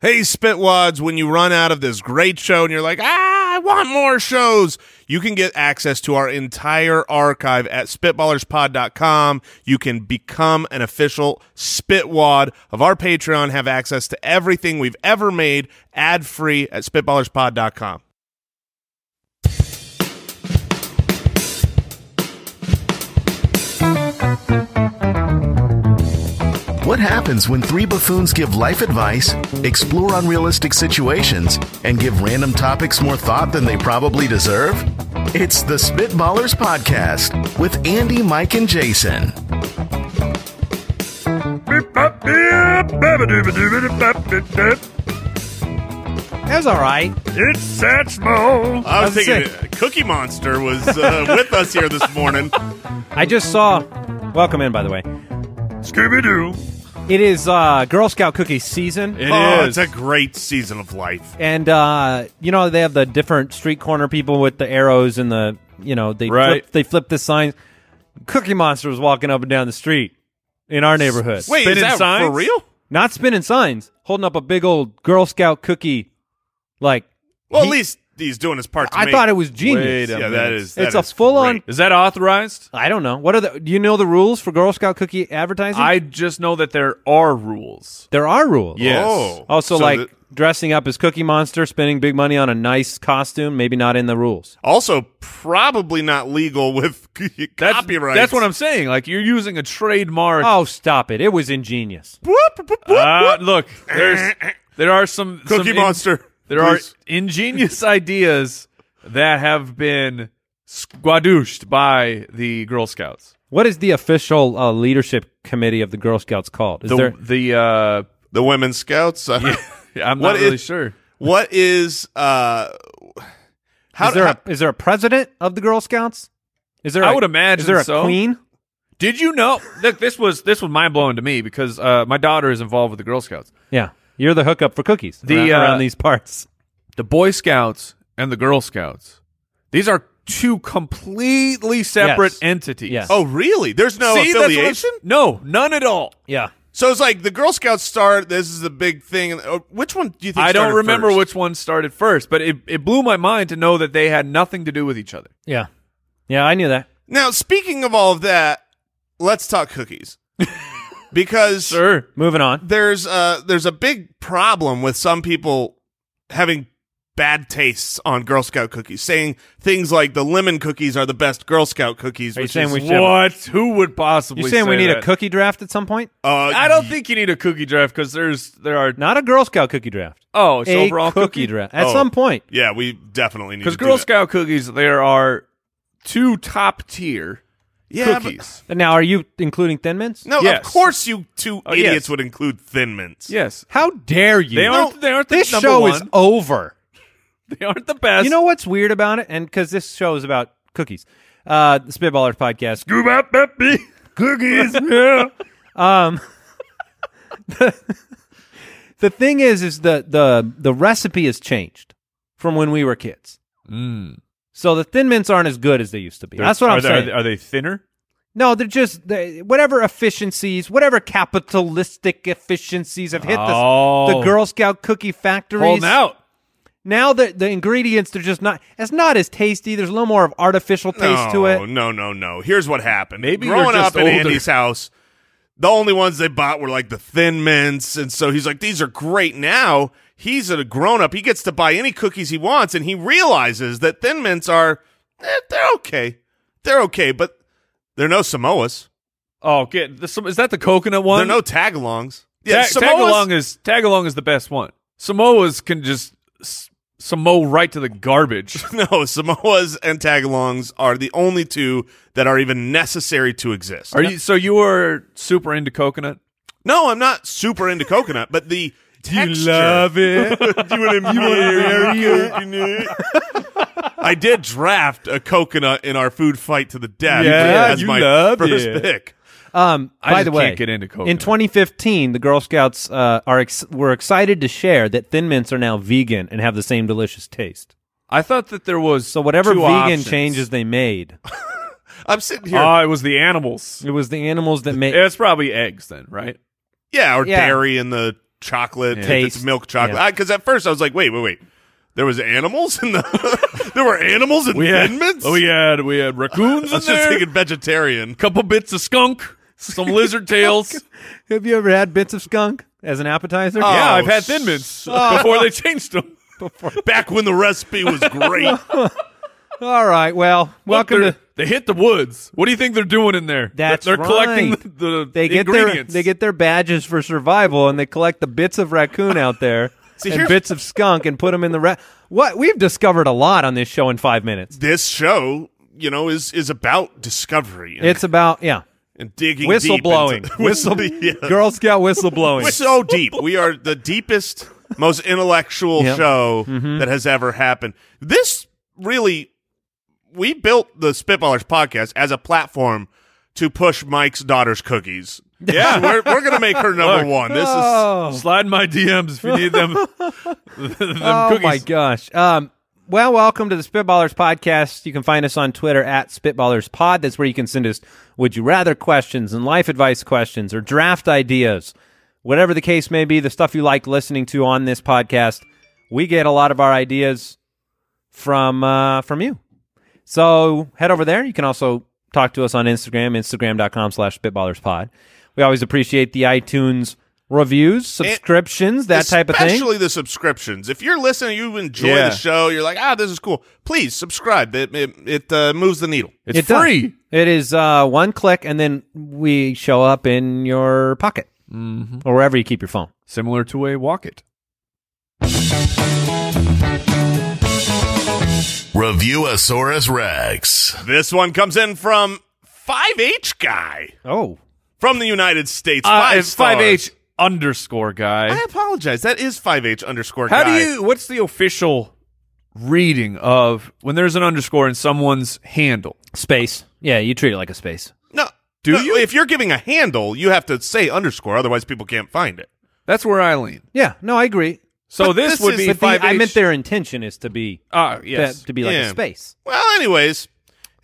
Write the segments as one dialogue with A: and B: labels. A: Hey, Spitwads, when you run out of this great show and you're like, ah, I want more shows, you can get access to our entire archive at spitballerspod.com. You can become an official Spitwad of our Patreon, have access to everything we've ever made ad free at spitballerspod.com.
B: What happens when three buffoons give life advice, explore unrealistic situations, and give random topics more thought than they probably deserve? It's the Spitballers Podcast with Andy, Mike, and Jason.
C: That was all right.
A: I was
C: That's
A: thinking Cookie Monster was uh, with us here this morning.
C: I just saw. Welcome in, by the way.
D: Scooby Doo.
C: It is uh, Girl Scout cookie season,
D: It is.
A: Oh, It's a great season of life.
C: and uh, you know they have the different street corner people with the arrows and the you know they
D: Right.
C: flip, they flip the signs. Cookie Monster was walking up and down the street in our neighborhood.
A: Wait, is
D: Spinning
A: that
D: signs?
A: for real?
C: not spinning signs, holding up a big old Girl Scout cookie. Like
A: Well,
C: He-
A: at least he's doing his part. To
C: I
A: make-
C: thought it was
D: Wait
C: genius.
A: Yeah,
D: a
A: that
D: minute.
A: is. that
C: It's a
A: is
C: full-on-
A: great.
D: Is that authorized?
C: I don't know what are the. Do you know the rules for Girl Scout cookie advertising?
D: I just know that there are rules.
C: there are rules.
D: Yes.
A: Oh,
C: Also,
A: So
C: like
A: the-
C: dressing up as Cookie Monster, spending big money on a nice costume, maybe not in the rules.
A: also probably not legal with
D: That's,
A: copyright.
D: That's what I'm saying. Like you're using a trademark.
A: Ah,
C: Oh, stop it! It was ingenious.
D: Uh, look, there's there are some some
A: Cookie
D: in-
A: Monster.
D: there
A: Please.
D: are ingenious ideas that have been squadouched by the Girl Scouts.
C: What is the official uh, leadership committee of the Girl Scouts called? Is
D: The
C: there
D: the uh,
A: the women's scouts. I don't-
D: I'm
A: What
D: not really
A: is-
D: sure.
A: what is uh? How,
C: is there
A: how-
C: a, is there a president of the Girl Scouts? Is there?
D: I
C: a-
D: would imagine
C: Is there a
D: so.
C: queen?
D: Did you know? Look, this was this was mind blowing to me because uh, my daughter is involved with the Girl Scouts.
C: Yeah, you're the hookup for cookies.
D: The,
C: around, around
D: uh,
C: these parts.
D: the Boy Scouts and the Girl Scouts. These are two completely separate
C: Yes.
D: entities.
C: Yes.
A: oh, really? There's no
D: See, that's what I'm-
A: affiliation.
D: No, none at all.
C: Yeah,
A: So it's like the Girl Scouts start. This is the big thing. Uh, Which one do you think?
D: I don't
A: started
D: remember
A: first?
D: which one started first, but it, it blew my mind to know that they had nothing to do with each other.
C: yeah, yeah. I knew that.
A: Now, speaking of all of that, let's talk cookies because
D: Sure.
C: Moving on.
A: there's a there's a big problem with some people having bad tastes on Girl Scout cookies, saying things like the lemon cookies are the best Girl Scout cookies.
C: Are you
A: which
C: saying
A: is-
C: we should?
D: What? Who would possibly
C: You saying we
D: say
C: need a
D: that?
C: cookie draft at some point?
A: Uh,
D: I don't think you need a cookie draft because there's there are
C: Not a Girl Scout cookie draft.
D: oh it's
C: a
D: overall
C: cookie, draft at
A: Oh.
C: some point.
A: Yeah, we definitely need
D: because
A: to do
D: Girl
A: that.
D: Scout cookies there are two top tier
A: Yeah, but-
D: cookies.
C: Now, are you including Thin Mints?
A: No,
D: Yes.
A: of course you two
D: Oh,
A: idiots
D: yes.
A: would include Thin Mints.
D: Yes,
C: How dare you?
D: they aren't. They aren't the
C: this
D: number
C: show is
D: one.
C: over.
D: They aren't the best.
C: You know what's weird about it? And because this show is about cookies, uh, the Spitballers podcast.
D: Scoop up, baby. Cookies. yeah.
C: Um, the thing is, is the the the recipe has changed from when we were kids. So the Thin Mints aren't as good as they used to be. That's what
D: Mm. are
C: I'm
D: they,
C: saying.
D: Are they, are they thinner?
C: no, they're just they, whatever efficiencies, whatever capitalistic efficiencies have hit the,
D: Oh.
C: the Girl Scout cookie factories.
D: Holding out.
C: Now the the ingredients they're just not it's not as tasty. There's a little more of artificial taste
A: no,
C: to it.
A: No, no, no. Here's what happened.
D: Maybe you're
A: growing
D: just
A: up in
D: older.
A: Andy's house, the only ones they bought were like the Thin Mints, and so he's like, "These are great." Now he's a grown up. He gets to buy any cookies he wants, and he realizes that Thin Mints are eh, they're okay. They're okay, but they're no Samoas.
D: Oh, get the, is that the coconut one?
A: They're no tagalongs. Yeah, Samoas.
D: Ta- tagalong is tagalong is the best one. Samoas can just s- Samo right to the garbage.
A: No, Samoas and tagalongs are the only two that are even necessary to exist.
D: Are you? So you are super into coconut?
A: No, I'm not super into coconut, but the texture.
D: it?
A: you want to marry a coconut? I did draft a coconut in our food fight to the death.
D: Yeah,
A: as
D: you
A: my
D: love
A: first
D: it.
A: pick.
C: Um
D: I
C: by
D: just
C: the way,
D: can't get into coconut.
C: in 2015, the Girl Scouts uh, are ex- were excited to share that Thin Mints are now vegan and have the same delicious taste.
D: I thought that there was
C: So whatever
D: two
C: vegan
D: options.
C: changes they made,
A: I'm sitting here.
D: Oh, it was the animals.
C: it was the animals that made.
D: It's probably eggs then, right?
A: yeah, or
C: yeah.
A: dairy in the chocolate, if it's
C: Taste.
A: milk chocolate.
C: Yeah.
A: Because at first I was like, wait, wait, wait. There was animals in the. there were animals in
D: We had, oh,
A: Thin Mints?
D: we had we had raccoons
A: I
D: in
A: was just
D: there.
A: thinking vegetarian.
D: couple bits of skunk, some lizard tails.
C: Have you ever had bits of skunk as an appetizer?
D: Yeah,
A: Oh,
D: I've had Thin Mints before they changed them.
A: Back when the recipe was great.
C: All right. Well, welcome
D: They're-
C: to.
D: They hit the woods. What do you think they're doing in there?
C: That's
D: they're collecting
C: right.
D: the, the
C: They get their
D: ingredients.
C: they get their badges for survival, and they collect the bits of raccoon out there and
A: here's-
C: bits of skunk, and put them in the ra- what we've discovered a lot on this show in five minutes.
A: this show, you know, is is about discovery and,
C: It's about yeah,
A: and digging
C: whistleblowing,
A: deep into-
C: whistle
A: yeah.
C: Girl Scout whistleblowing.
A: We're so deep. We are the deepest, most intellectual
C: Yep. Mm-hmm.
A: show that has ever happened. This really, we built the Spitballers podcast as a platform to push Mike's daughter's cookies. Yeah, we're, we're gonna make her number one. This is
C: Oh.
D: Slide my DMs if you need them. them
C: oh
D: cookies.
C: my gosh. Um, well, welcome to the Spitballers podcast. You can find us on Twitter at SpitballersPod. That's where you can send us would you rather questions and life advice questions or draft ideas, whatever the case may be. The stuff you like listening to on this podcast, we get a lot of our ideas from uh, from you. So head over there. You can also talk to us on Instagram, Instagram.com slash SpitballersPod. We always appreciate the iTunes reviews, subscriptions, that type of thing.
A: Especially the subscriptions. If you're listening, you enjoy
D: Yeah.
A: the show. You're like, ah, this is cool. Please subscribe. It it, it uh, moves the needle.
D: It's
C: does.
D: free.
C: It is uh, one click, and then we show up in your pocket or wherever you keep your phone.
D: Similar to a walk it.
B: Review Asaurus Rex.
A: This one comes in from 5H guy
C: Oh,
A: from the United States.
D: Uh,
A: Five
D: it's five
A: stars.
D: H underscore guy.
A: I apologize. That is 5H underscore
D: How
A: guy.
D: do you? What's the official reading of when there's an underscore in someone's handle?
C: space. Yeah, you treat it like a space.
A: No.
D: Do
A: no,
D: you?
A: If you're giving a handle, you have to say underscore, otherwise people can't find it.
D: That's where I lean.
C: Yeah, no, I agree.
D: So
A: But
D: this,
A: this
D: would
A: is-
D: be
A: but
C: But the,
D: five.
C: I meant their intention is to be
D: Ah, yes.
C: to, to be like
A: Yeah.
C: a space.
A: Well, anyways,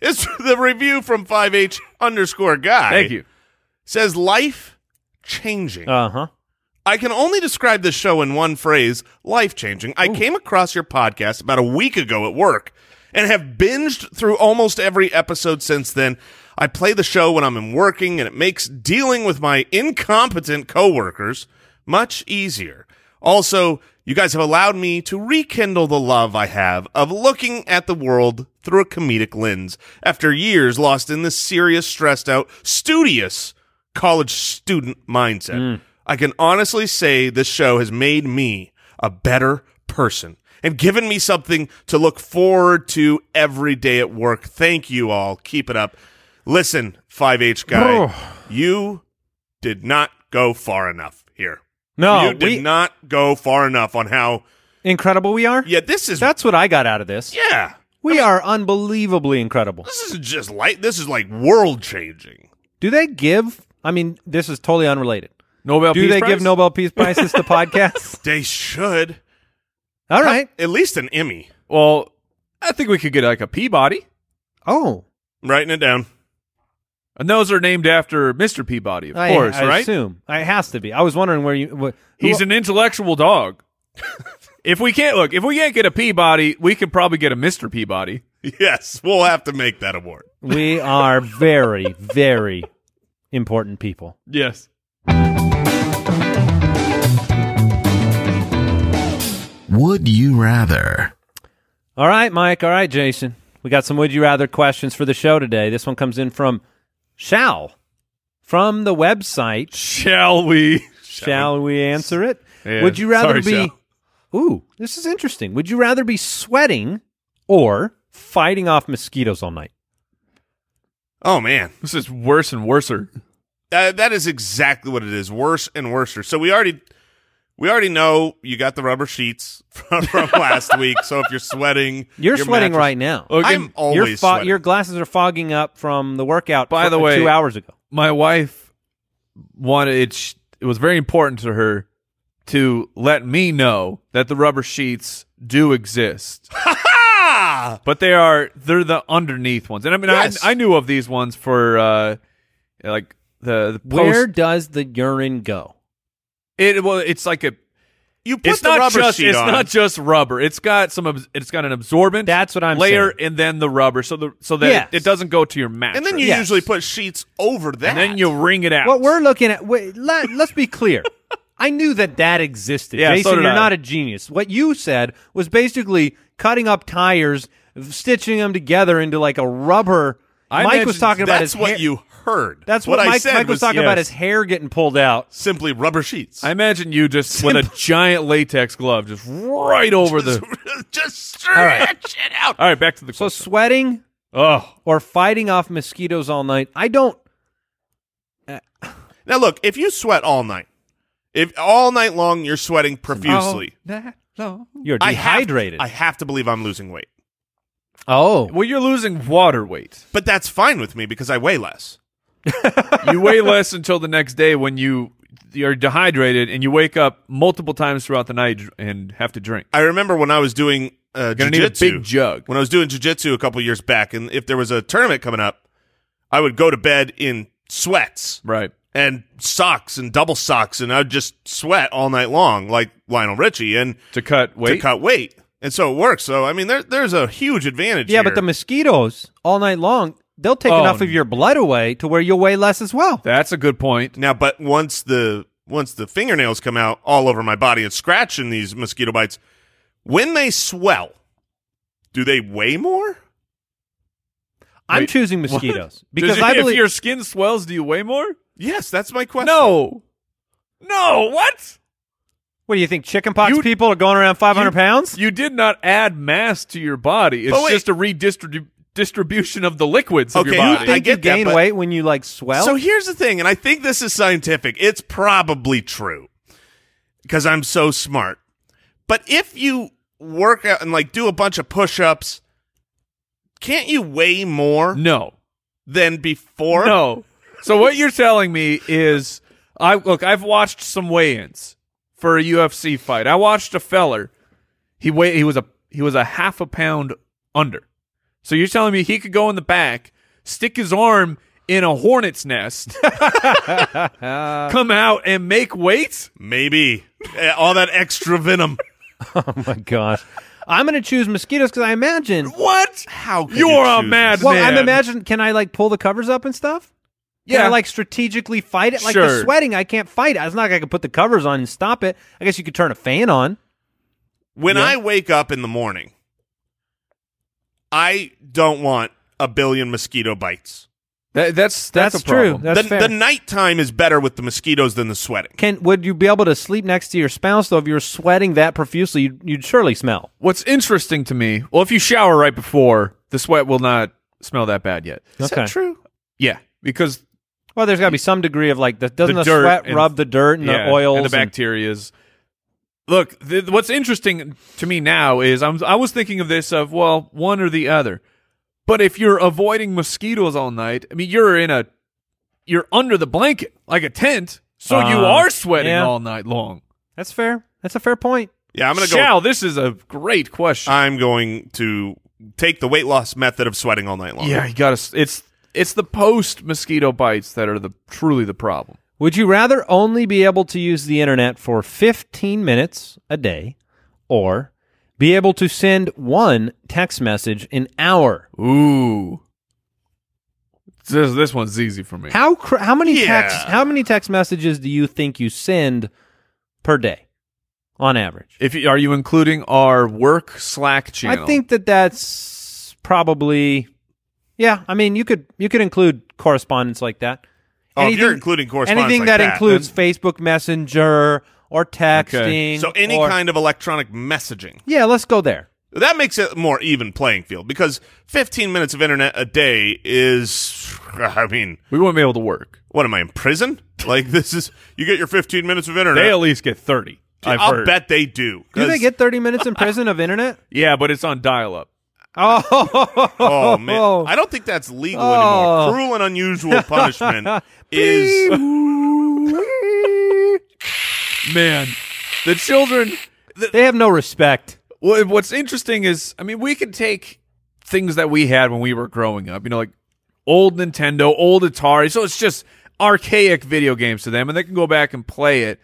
A: it's the review from 5H underscore guy.
D: Thank you.
A: Says life changing.
C: Uh huh.
A: I can only describe this show in one phrase life changing. I came across your podcast about a week ago at work and have binged through almost every episode since then. I play the show when I'm working and it makes dealing with my incompetent coworkers much easier. Also, you guys have allowed me to rekindle the love I have of looking at the world through a comedic lens after years lost in this serious, stressed out, studious college student mindset.
C: Mm.
A: I can honestly say this show has made me a better person and given me something to look forward to every day at work. Thank you all. Keep it up. Listen, 5H guy, you did not go far enough here.
C: No,
A: you did
C: Oh, we,
A: not go far enough on how.
C: incredible we are.
A: Yeah, this is.
C: That's what I got out of this.
A: yeah.
C: We are unbelievably incredible.
A: This isn't just light. This is like world changing.
C: Do they give? I mean, this is totally unrelated.
D: Nobel
C: Do
D: Peace
C: they
D: Prize?
C: give Nobel Peace prizes to podcasts?
A: They should.
C: All right.
A: At least an Emmy.
D: Well, I think we could get like a Peabody.
C: Oh,
A: I'm writing it down.
D: And those are named after Mr. Peabody, of
C: I-
D: course,
C: I
D: right?
C: Assume it has to be. I was wondering where you. Wh- who-
D: He's an intellectual dog. if we can't look, if we can't get a Peabody, we could probably get a Mr. Peabody.
A: Yes, we'll have to make that award.
C: We are very, very important people.
D: Yes.
B: Would you rather?
C: All right, Mike. All right, Jason. We got some would you rather questions for the show today. This one comes in from Shall from the website.
D: Shall we?
C: Shall we answer it?
D: Yeah,
C: Would you rather
D: sorry,
C: be Ooh, this is interesting. Would you rather be sweating or fighting off mosquitoes all night?
A: Oh man,
D: This is worse and worser.
A: that, that is exactly what it is. Worse and worser. So we already, we already know you got the rubber sheets from, from last week. So if you're sweating,
C: You're
A: your
C: sweating
A: mattress-
C: right now.
D: Look,
A: I'm
D: and
A: always
C: your, fo-
A: sweating.
C: your glasses are fogging up from the workout
D: By
C: fr-
D: the way-
C: two hours ago.
D: my wife wanted it, sh- it was very important to her to let me know that the rubber sheets do exist.
A: Ah!
D: But they are they're the underneath ones. And I mean
A: Yes.
D: I I knew of these ones for uh like the, the post
C: Where does the urine go?
D: It well, it's like a.
A: You put
D: It's
A: the
D: not
A: rubber
D: just.
A: sheet
D: It's
A: on.
D: not just rubber. It's got some. abs- It's got an absorbent.
C: That's what I'm
D: layer, and then the rubber, so the so that
C: Yes.
D: it, it doesn't go to your mattress.
A: and then you
C: Yes.
A: usually put sheets over that.
D: and then you wring it out.
C: What we're looking at, wait, let, let's be clear. I knew that that existed.
D: Yeah, so
C: Jason,
D: did
C: you're
D: I.
C: not a genius. What you said was basically cutting up tires, stitching them together into like a rubber.
D: I
C: Mike was
D: mentioned
C: talking about
A: that's
C: his
A: what
C: hair.
A: you heard.
C: that's what,
A: I
C: Mike,
A: said
C: Mike was, talking about
D: yes.
C: his hair getting pulled out.
A: simply rubber sheets.
D: I imagine you just with a giant latex glove, just right over the.
A: just stretch it out.
D: All right, back to the.
C: So sweating
D: oh,
C: or fighting off mosquitoes all night. I don't.
A: Now look, if you sweat all night, if all night long you're sweating
D: Oh.
A: profusely,
C: Oh, You're
A: I have-
C: dehydrated.
A: I have, to believe I'm losing weight,
C: oh,
D: well, you're losing water weight.
A: but that's fine with me because I weigh less.
D: You weigh less until the next day when you you're dehydrated and you wake up multiple times throughout the night and have to drink.
A: I remember when I was doing uh,
D: Gonna need a
A: jiu-jitsu-
D: big jug.
A: When I was doing jujitsu a couple years back, and if there was a tournament coming up, I would go to bed in sweats
D: Right.
A: and socks and double socks, and I'd just sweat all night long like Lionel Richie and
D: To cut weight.
A: to cut weight. And so it works. So I mean, there, there's a huge advantage.
C: yeah,
A: here.
C: but the mosquitoes all night long. They'll take
D: Oh,
C: enough of your blood away to where you'll weigh less as well.
D: That's a good point.
A: Now, but once the once the fingernails come out all over my body and scratch in these mosquito bites, when they swell, do they weigh more?
C: I'm
D: Wait,
C: choosing
D: what?
C: mosquitoes
D: Does
C: because
D: it-
C: I believe
D: if your skin swells, do you weigh more?
A: Yes, that's my question.
D: No. No. What?
C: What do you think? Chickenpox
D: You-
C: people are going around 500
D: You-
C: pounds?
D: You did not add mass to your body. It's
A: But wait.
D: just a redistribution of the liquids of
A: Okay,
D: your
A: you
D: body.
A: I
C: think you
A: get that,
C: gain
A: but-
C: weight when you like swell? Oh
A: so here's the thing, and I think this is scientific. It's probably true because I'm so smart. But if you work out and like do a bunch of push-ups, can't you weigh more
D: no.
A: than before?
D: No. So what you're telling me is I look, I've watched some weigh-ins for a UFC fight. I watched a feller. He weigh he was a he was a half a pound under. So you're telling me he could go in the back, stick his arm in a hornet's nest, come out and make weight?
A: maybe Eh, all that extra venom.
C: oh my gosh. I'm going to choose mosquitoes because I imagine.
D: What?
A: How could
D: You're
A: you
D: a
A: choose
D: mad
C: Well,
D: man.
C: I'm imagining. Can I like pull the covers up and stuff? Can
D: Yeah.
C: I like strategically fight it? Like the
D: Sure.
C: sweating, I can't fight it. It's not like I can put the covers on and stop it. I guess you could turn a fan on.
A: When I wake up in the morning, I don't want a billion mosquito bites.
D: That- that's that's,
C: That's,
D: a problem.
C: true. That's
A: the,
C: fair.
A: the nighttime is better with the mosquitoes than the sweating.
C: can would you be able to sleep next to your spouse though if you were sweating that profusely? You'd, you'd surely smell.
D: What's interesting to me, well, if you shower right before, the sweat will not smell that bad yet.
A: Is that true?
D: Yeah, because
C: Well, there's got to be some degree of like the, doesn't the,
D: dirt
C: sweat
D: and-
C: rub the dirt and
D: yeah,
C: the oils
D: and the
C: and-
D: bacterias. Look, th- what's interesting to me now is I'm I was thinking of this of well, one or the other. But if you're avoiding mosquitoes all night, I mean, you're in a you're under the blanket like a tent, so you
C: Uh,
D: are sweating
C: yeah.
D: all night long.
C: That's fair. That's a fair point.
A: Yeah, I'm gonna go.
D: Shao, this is a great question.
A: I'm going to take the weight loss method of sweating all night long.
D: yeah, you got to it's it's the post mosquito bites that are the truly the problem.
C: Would you rather only be able to use the internet for 15 minutes a day or be able to send one text message an hour?
D: Ooh. This this one's easy for me.
C: How cr- how many
A: Yeah.
C: texts how many text messages do you think you send per day on average?
D: If you, are you including our work Slack channel?
C: I think that that's probably yeah, I mean you could you could include correspondence like that.
A: Oh, if you're including correspondence
C: anything
A: like
C: that,
A: that,
C: includes Facebook Messenger or texting
A: So any
C: or-
A: kind of electronic messaging
C: Yeah, let's go there.
A: that makes it more even playing field because 15 minutes of internet a day is, I mean,
D: we won't be able to work.
A: what am I in prison? Like this is you get your 15 minutes of internet.
D: They at least get thirty. I've
A: I'll
D: heard.
A: bet they do.
C: Do they
A: 'cause-
C: get 30 minutes in prison of internet?
D: Yeah, but it's on dial up.
C: Oh,
A: Oh man, I don't think that's legal
C: Oh.
A: anymore. Cruel and unusual punishment is
D: Man, the children. The,
C: they have no respect.
D: wha- what's interesting is, I mean, we could take things that we had when we were growing up. You know, like old Nintendo, old Atari. So it's just archaic video games to them, and they can go back and play it.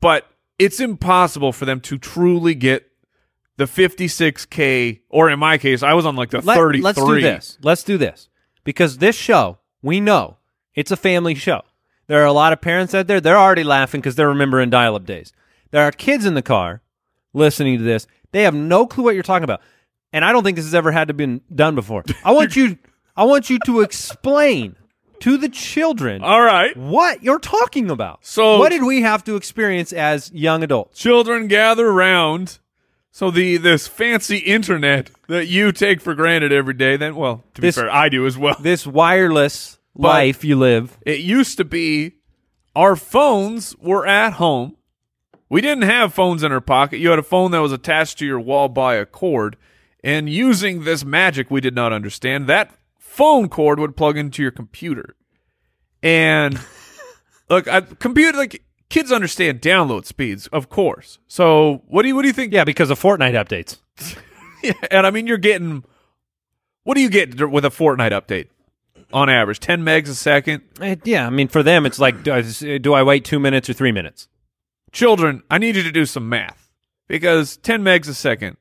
D: but it's impossible for them to truly get the 56k or in my case i was on like the
C: Let,
D: 33
C: Let's do this. Let's do this because this show we know it's a family show. There are a lot of parents out there. They're already laughing because they're remembering dial-up days. There are kids in the car listening to this. They have no clue what you're talking about, and I don't think this has ever had to been done before. I want you. I want you to explain to the children
D: all right
C: what you're talking about.
D: So-
C: what did we have to experience as young adults?
D: children gather round so the this fancy internet that you take for granted every day then well to
C: This-
D: be fair i do as well
C: This wireless life you live.
D: It used to be our phones were at home. We didn't have phones in our pocket. You had a phone that was attached to your wall by a cord. And using this magic we did not understand, that phone cord would plug into your computer. And look, I, computer like kids understand download speeds, of course. So what do you what do you think?
C: Yeah, because of Fortnite updates.
D: and I mean you're getting what do you get dur- with a Fortnite update on average? Ten megs a second.
C: Uh, yeah, I mean, for them, it's like, do I, do I wait two minutes or three minutes?
D: children, I need you to do some math because 10 megs a second,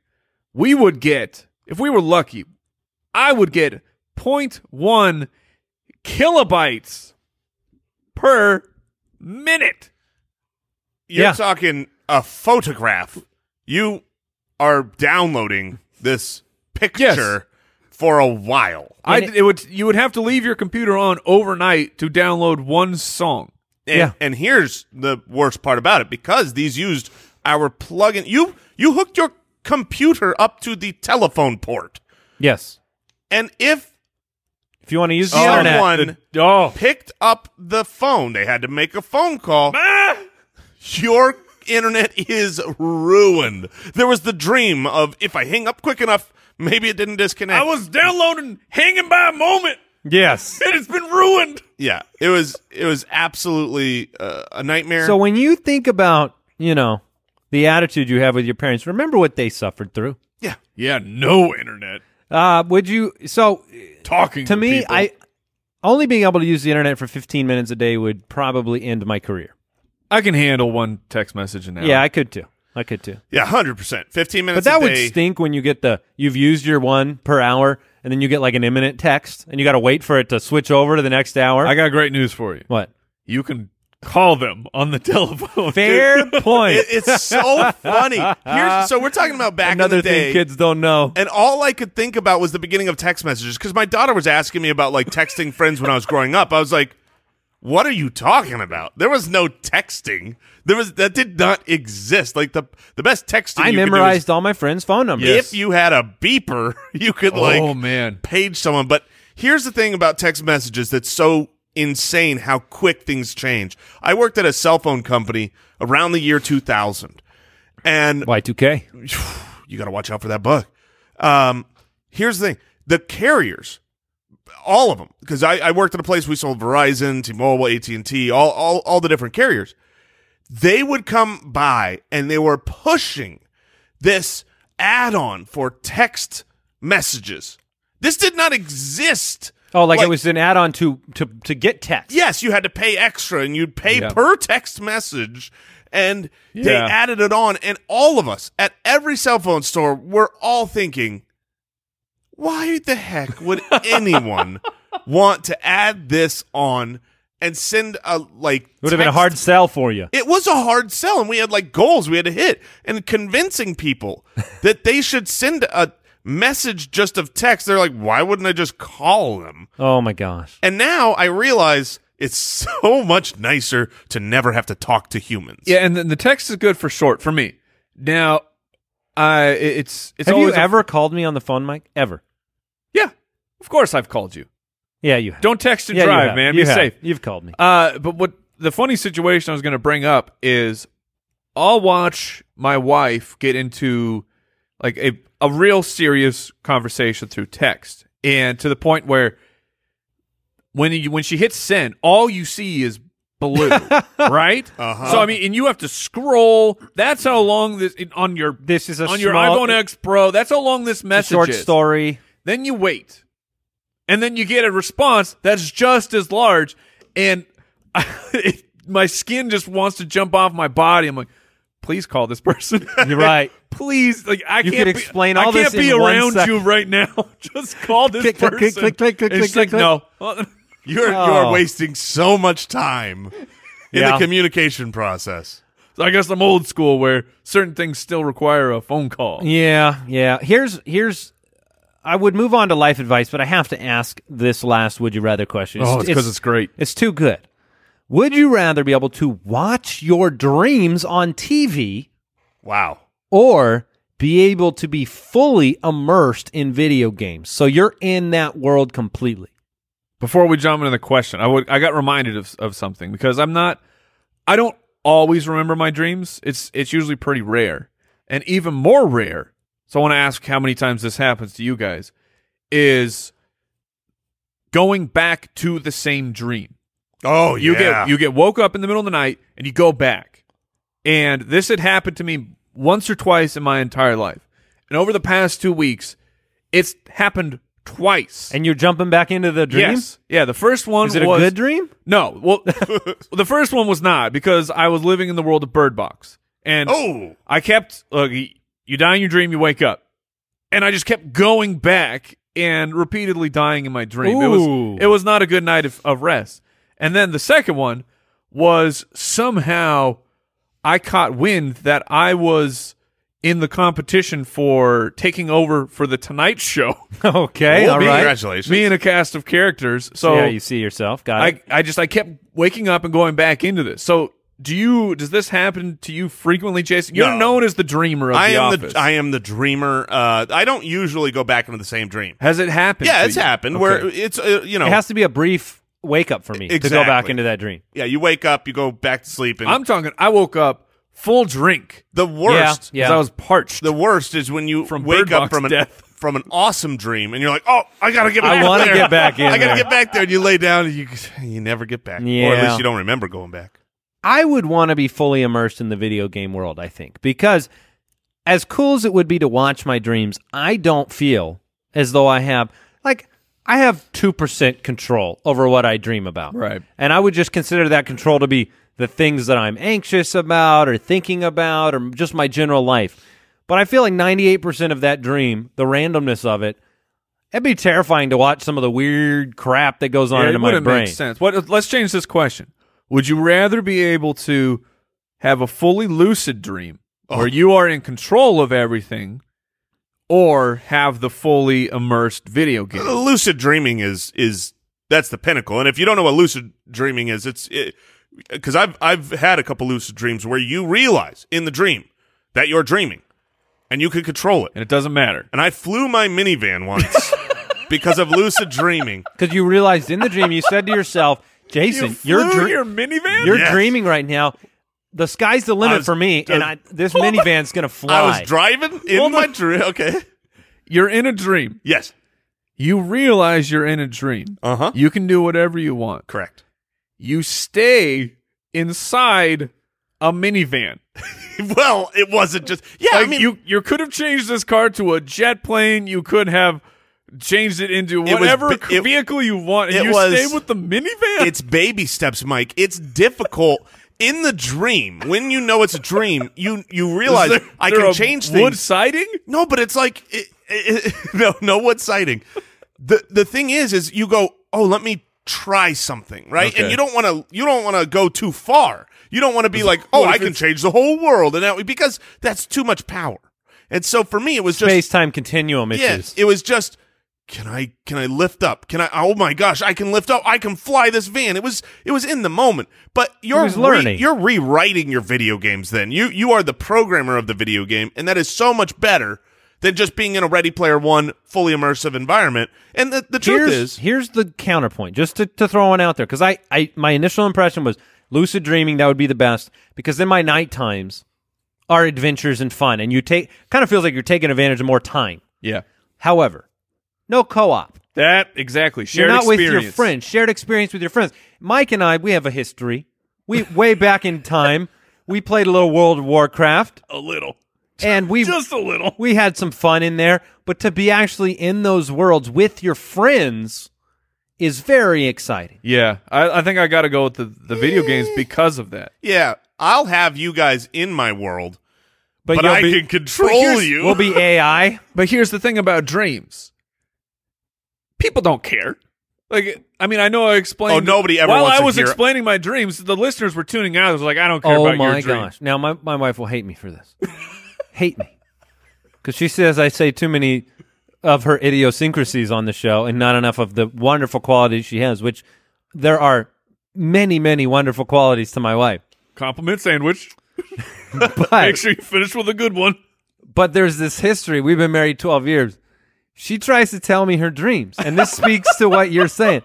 D: we would get, if we were lucky, I would get 0.1 kilobytes per minute.
A: You're
C: Yeah.
A: talking a photograph. You are downloading this picture for a while.
D: I,
C: And
D: it would you would have to leave your computer on overnight to download one song.
A: And,
C: Yeah.
A: and here's the worst part about it because these used our plug-in. You you hooked your computer up to the telephone port,
C: Yes.
A: and if
C: If you want to use the internet,
A: someone
D: Oh,
A: picked up the phone, they had to make a phone call.
D: Ah,
A: Your internet is ruined. There was the dream of if I hang up quick enough, maybe it didn't disconnect.
D: I was downloading "Hanging by a Moment"
C: yes.
D: and it's been ruined.
A: yeah, it was it was absolutely uh, a nightmare.
C: So when you think about, you know, the attitude you have with your parents, remember what they suffered through.
A: yeah,
D: Yeah, no internet
C: Uh, would you? So
D: talking
C: to me, I only being able to use the internet for 15 minutes a day would probably end my career.
D: I can handle one text message an hour.
C: Yeah, I could too. I could too.
A: yeah, hundred percent. Fifteen
C: But
A: minutes.
C: that
A: a
C: would
A: day.
C: stink when you get the you've used your one per hour, and then you get like an imminent text, and you got to wait for it to switch over to the next hour.
D: I got great news for you.
C: what?
D: you can call them on the telephone.
C: Fair point.
A: It- it's so funny. Here's, so we're talking about back
C: Another
A: in the day.
C: thing kids don't know.
A: and all I could think about was the beginning of text messages because my daughter was asking me about like texting friends when I was growing up. I was like, "What are you talking about? There was no texting. There was that did not exist. Like the the best texting
C: I
A: you could do is
C: memorized all my friends' phone numbers.
A: if you had a beeper, you could like
D: oh man,
A: page someone. But here's the thing about text messages that's so insane how quick things change. I worked at a cell phone company around the year 2000, and
C: Y2K.
A: you got to watch out for that bug. Um, here's the thing: the carriers, all of them, because I, I worked at a place we sold Verizon, T-Mobile, AT and T, all all all the different carriers. They would come by and they were pushing this add-on for text messages. This did not exist.
C: Oh, like, it was an add-on to to to get text.
A: Yes, you had to pay extra and you'd pay
D: Yeah.
A: per text message. And they
D: Yeah.
A: added it on. And all of us at every cell phone store were all thinking, why the heck would anyone want to add this on and send a like.
C: would have been a
A: text
C: hard sell for you.
A: it was a hard sell and we had like goals we had to hit and convincing people that they should send a message just of text they're like why wouldn't i just call them
C: Oh my gosh.
A: and now i realize it's so much nicer to never have to talk to humans
D: yeah, and then the text is good for short for me. Now, I it- it's it's
C: have you
D: always a-
C: ever called me on the phone, Mike? Ever?
D: yeah, of course I've called you.
C: Yeah, you have.
D: Don't text and
C: yeah, you
D: drive,
C: have.
D: man.
C: You
D: Be
C: have.
D: safe.
C: You've called me.
D: Uh, but what the funny situation I was going to bring up is, I'll watch my wife get into like a a real serious conversation through text, and to the point where when you when she hits send, all you see is blue, right?
A: Uh-huh.
D: So I mean, and you have to scroll. That's how long this on your
C: This is a
D: on your
C: small-
D: iPhone X Pro. That's how long this message
C: Short
D: is.
C: story.
D: Then you wait. And then you get a response that's just as large. And it, my skin just wants to jump off my body. I'm like, please call this person.
C: You're right.
D: please, like I
C: You
D: can't
C: could
D: be-
C: explain
D: I
C: all this
D: can't be
C: in one
D: around
C: sec-
D: you right now. just call this
C: Click, click,
D: person.
C: click, click, click, click,
D: And she's
C: click,
D: like, no.
A: You're
C: Oh.
A: you're wasting so much time in
C: Yeah.
A: the communication process.
D: So I guess I'm old school where certain things still require a phone call.
C: Yeah, yeah. Here's here's. I would move on to life advice, but I have to ask this last "Would you rather" question.
D: Oh, it's 'cause it's great.
C: It's too good. Would you rather be able to watch your dreams on TV
A: Wow.
C: or be able to be fully immersed in video games? So you're in that world completely.
D: Before we jump into the question, I would I got reminded of of something because I'm not I don't always remember my dreams. It's it's usually pretty rare. And even more rare. So I want to ask how many times this happens to you guys is going back to the same dream.
A: Oh,
D: You
A: yeah.
D: get you get woke up in the middle of the night and you go back. And this had happened to me once or twice in my entire life. And over the past 2 weeks, it's happened twice.
C: And you're jumping back into the dream?
D: Yes. Yeah, the first one
C: Is it a
D: was
C: good dream?
D: No. Well, the first one was not because I was living in the world of Bird Box. And
A: oh,
D: I kept look, y- you die in your dream, you wake up. And I just kept going back and repeatedly dying in my dream. It
C: Ooh.
D: was it was not a good night of, of rest. And then the second one was somehow I caught wind that I was in the competition for taking over for the Tonight Show.
C: Okay,
A: Well,
C: all
A: being-
C: right.
A: Congratulations.
D: Me and a cast of characters. So
C: So yeah, you see yourself. Got it.
D: I, I just I kept waking up and going back into this. So do you does this happen to you frequently, Jason? You're
A: No.
D: known as the dreamer of
A: I
D: the
A: am
D: office.
A: the I am the dreamer. Uh, I don't usually go back into the same dream.
D: Has it happened?
A: Yeah,
D: to
A: it's
D: you?
A: happened
D: Okay.
A: where it's uh, you know
C: It has to be a brief wake up for me to go back
A: Exactly.
C: into that dream.
A: yeah you wake up you go back to sleep and
D: I'm talking. I woke up full drink
A: the worst
D: because
C: Yeah.
D: I was parched.
A: the worst is when you
D: From Bird
A: wake up
D: Box
A: from an
D: death.
A: from an awesome dream and you're like oh I gotta get
C: I
A: back
C: wanna
A: there.
C: get back in
A: I gotta
C: there.
A: get back there and you lay down and you you never get back or
C: Yeah.
A: at least you don't remember going back
C: I would want to be fully immersed in the video game world, I think, because as cool as it would be to watch my dreams, I don't feel as though I have, like, I have 2% control over what I dream about.
D: Right.
C: And I would just consider that control to be the things that I'm anxious about or thinking about or just my general life. But I feel like 98% of that dream, the randomness of it, it'd be terrifying to watch some of the weird crap that goes on
D: Yeah,
C: in
D: it
C: my
D: wouldn't
C: brain.
D: make sense. What? Let's change this question. Would you rather be able to have a fully lucid dream
A: Oh.
D: where you are in control of everything, or have the fully immersed video game?
A: lucid dreaming is is that's the pinnacle and if you don't know what lucid dreaming is it's because I've I've had a couple lucid dreams where you realize in the dream that you're dreaming and you can control it
D: and it doesn't matter.
A: and I flew my minivan once because of lucid dreaming.
C: Because you realized in the dream, you said to yourself, Jason, you are
D: flew
C: dr-
D: your minivan.
C: you're
A: Yes.
C: dreaming right now. The sky's the limit
A: was-
C: for me, and I, this minivan's gonna fly.
A: I was driving in
D: Hold
A: my
D: on.
A: dream. Okay.
D: you're in a dream.
A: Yes.
D: You realize you're in a dream.
A: Uh huh.
D: You can do whatever you want.
A: Correct.
D: You stay inside a minivan.
A: Well, it wasn't just. Yeah,
D: Like
A: I mean,
D: you, you could have changed this car to a jet plane. You could have changed it into
A: was
D: whatever
A: bi- it-
D: vehicle you want. And
A: it
D: you
A: was-
D: stay with the minivan.
A: it's baby steps, Mike. It's difficult. In the dream, when you know it's a dream, you you realize
D: Is there-
A: I
D: there
A: can
D: a
A: change
D: wood
A: things.
D: siding.
A: No, but it's like it, it, it- no, no wood sighting. The the thing is, is you go, oh, let me try something, right?
D: Okay.
A: And you don't want to, you don't want to go too far. You don't want to be like, oh,
D: what if
A: I can
D: it's-
A: change the whole world, and that, because that's too much power. And so for me, it was just
C: Space time continuum
A: Yes,
C: issues.
A: it was just can I can I lift up? Can I oh my gosh, I can lift up. I can fly this van. It was it was in the moment. But you're
C: was learning.
A: you're rewriting your video games then. You you are the programmer of the video game and that is so much better than just being in a Ready Player 1 fully immersive environment. And the, the truth
C: here's,
A: is
C: here's the counterpoint, just to, to throw one out there, because I, I my initial impression was lucid dreaming that would be the best, because then my night times are adventures and fun, and you take kind of feels like you're taking advantage of more time.
D: Yeah,
C: However, no co-op.
D: that exactly. Shared
C: You're not with your
D: experience.
C: friends. Shared experience with your friends. Mike and I, we have a history. We way back in time, we played a little World of Warcraft,
D: A little,
C: and we
D: just a little.
C: we had some fun in there. But to be actually in those worlds with your friends is very exciting.
D: Yeah, I, I think I got to go with the, the video games because of that.
A: Yeah, I'll have you guys in my world, but,
C: you'll
A: I
C: be-
A: can
C: but
A: control
C: here's-
A: you.
C: We'll be AI.
D: But here's the thing about dreams people don't care. Like, I mean, I know I explained.
A: Oh, nobody ever
D: While
A: wants
D: I
A: to
D: was
A: hear-
D: explaining my dreams, the listeners were tuning out. I was like, I don't care
C: oh
D: about your
C: my
D: dream.
C: gosh! Now my my wife will hate me for this. hate me because she says I say too many of her idiosyncrasies on the show and not enough of the wonderful qualities she has, which there are many many wonderful qualities to my wife.
D: Compliment sandwich.
C: But
D: Make sure you finish with a good one.
C: but there's this history. We've been married 12 years. She tries to tell me her dreams, and this speaks to what you're saying.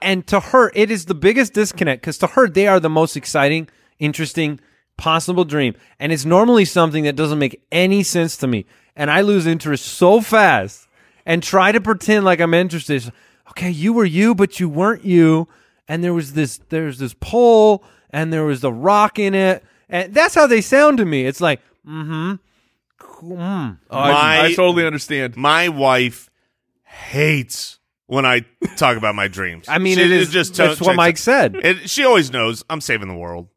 C: And to her, it is the biggest disconnect because to her, they are the most exciting, interesting, possible dream. And it's normally something that doesn't make any sense to me. And I lose interest so fast and try to pretend like I'm interested. Okay, you were you, but you weren't you. And there was this, there's this pole, and there was the rock in it. And that's how they sound to me. It's like,
A: My-
C: Oh,
D: I, I totally understand.
A: my wife hates when I talk about my dreams.
C: I mean,
A: She-
C: it is just
A: to-
C: that's what
A: checks
C: Mike
A: out.
C: said.
A: It, she always knows I'm saving the world.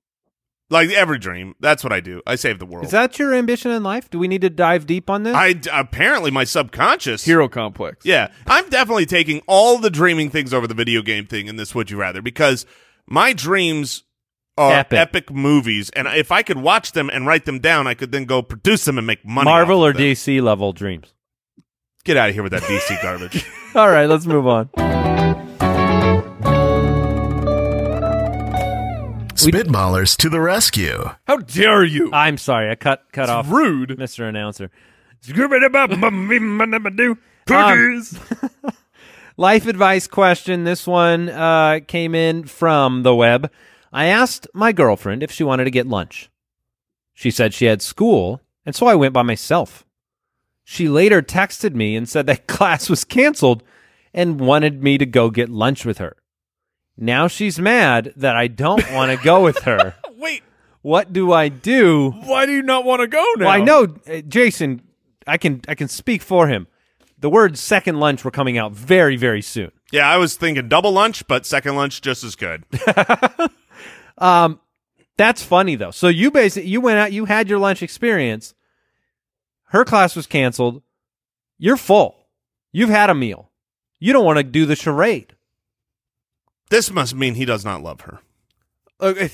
A: Like every dream, that's what I do. I save the world.
C: Is that your ambition in life? Do we need to dive deep on this?
A: I d- apparently my subconscious.
D: Hero complex.
A: Yeah, I'm definitely taking all the dreaming things over the video game thing in this Would You Rather because my dreams are
C: Epic.
A: epic, movies, and if I could watch them and write them down, I could then go produce them and make money.
C: Marvel
A: off
C: or
A: of them.
C: DC level dreams.
A: Get out of here with that DC garbage.
C: All right, let's move on.
B: Spitballers to the rescue.
D: How dare you?
C: I'm sorry, I cut cut
A: Uh,
C: off
D: Rude.
C: Mr. Announcer.
D: Um, Cookies.
C: Life advice question. This one uh, came in from the web. I asked my girlfriend if she wanted to get lunch. She said she had school, and so I went by myself. She later texted me and said that class was canceled and wanted me to go get lunch with her. Now she's mad that I don't want to go with her.
D: Wait,
C: What do I do?
D: why do you not want to go now?
C: Well, I know uh, Jason. I can I can speak for him. The words "second lunch" were coming out very very soon.
A: yeah, I was thinking double lunch, but second lunch just as good.
C: That's funny though. So you basically you went out, you had your lunch experience. Her class was canceled. You're full. You've had a meal. You don't want to do the charade.
A: This must mean he does not love her.
D: Okay.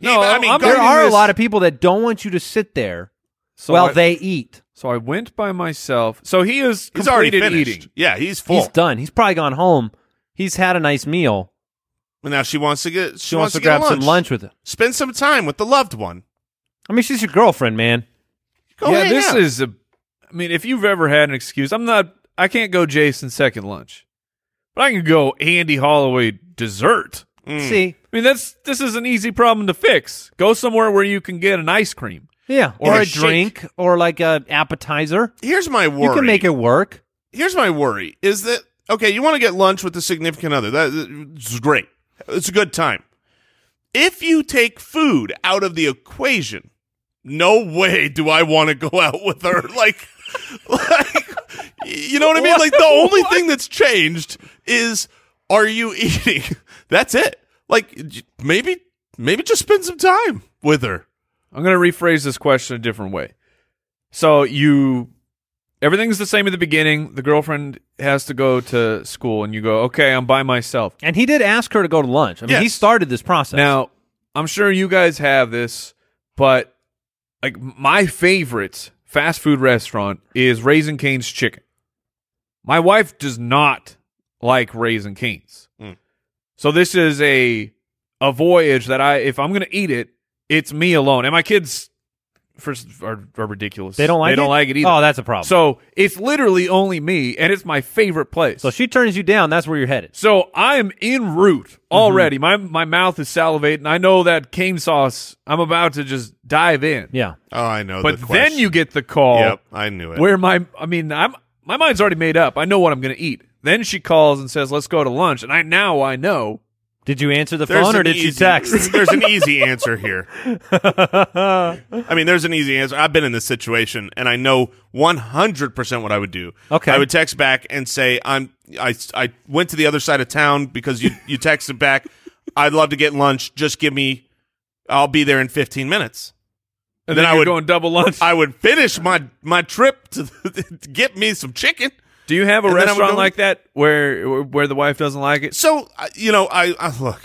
A: No, I mean,
D: I'm
A: there
C: There
D: reading
C: are a
D: this-
C: lot of people that don't want you to sit there
D: So
C: while
D: I-
C: they eat.
D: So I went by myself. So he is
A: He's already
D: completed
A: finished.
D: eating.
A: Yeah, he's full.
C: He's done. He's probably gone home. He's had a nice meal.
A: And now she wants to get. She,
C: She wants to
A: get
C: grab some lunch with him.
A: Spend some time with the loved one.
C: I mean, she's your girlfriend, man.
A: Go
D: yeah,
A: hang
D: this
A: out.
D: is a. I mean, if you've ever had an excuse, I'm not. I can't go Jason's second lunch, but I can go Andy Holloway dessert.
A: Mm.
C: See,
D: I mean, that's this is an easy problem to fix. Go somewhere where you can get an ice cream.
C: Yeah,
A: Or
C: or
A: a
C: a
A: shake.
C: drink, or like a appetizer.
A: Here's my worry.
C: You can make it work.
A: here's my worry is that okay you want to get lunch with the significant other that is great it's a good time if you take food out of the equation no way do i want to go out with her like like you know what i mean like the only thing that's changed is are you eating that's it like maybe maybe just spend some time with her
D: I'm going to rephrase this question a different way. So you, everything's the same at the beginning. The girlfriend has to go to school, and you go, okay, I'm by myself.
C: And he did ask her to go to lunch. I mean, he
A: Yes.
C: started this process.
D: Now, I'm sure you guys have this, but like my favorite fast food restaurant is Raisin Cane's Chicken. My wife does not like Raisin Cane's.
A: Mm.
D: So this is a a voyage that I if I'm going to eat it, it's me alone. And my kids first are, are ridiculous.
C: they don't like
D: they
C: it.
D: don't like it either.
C: Oh, that's a problem. So,
D: so it's literally only me and it's my favorite place.
C: so she turns you down. That's where you're headed.
D: So I am en route
A: Mm-hmm.
D: already. My my mouth is salivating. I know that cane sauce. I'm about to just dive in.
C: Yeah.
A: oh i know
D: but
A: the
D: then
A: question.
D: you get the call
A: yep i knew it
D: where my I mean I'm my mind's already made up. I know what I'm going to eat. Then she calls and says, "Let's go to lunch." And I now I know
C: Did you answer the
A: There's
C: phone or
A: an
C: did you
A: easy-
C: text?
A: there's an easy answer here. I mean, there's an easy answer. I've been in this situation, and I know 100 percent what I would do.
C: Okay.
A: I would text back and say, "I'm I, I went to the other side of town because you you texted back. I'd love to get lunch. Just give me. I'll be there in 15 minutes.
D: And
A: Then
D: then,
A: I
D: I you're
A: would-
D: going double lunch.
A: I would finish my my trip to, to get me some chicken."
D: Do you have a
A: And then I would
D: restaurant
A: go-
D: like that where where the wife doesn't like it?
A: So I- you know, I, I look.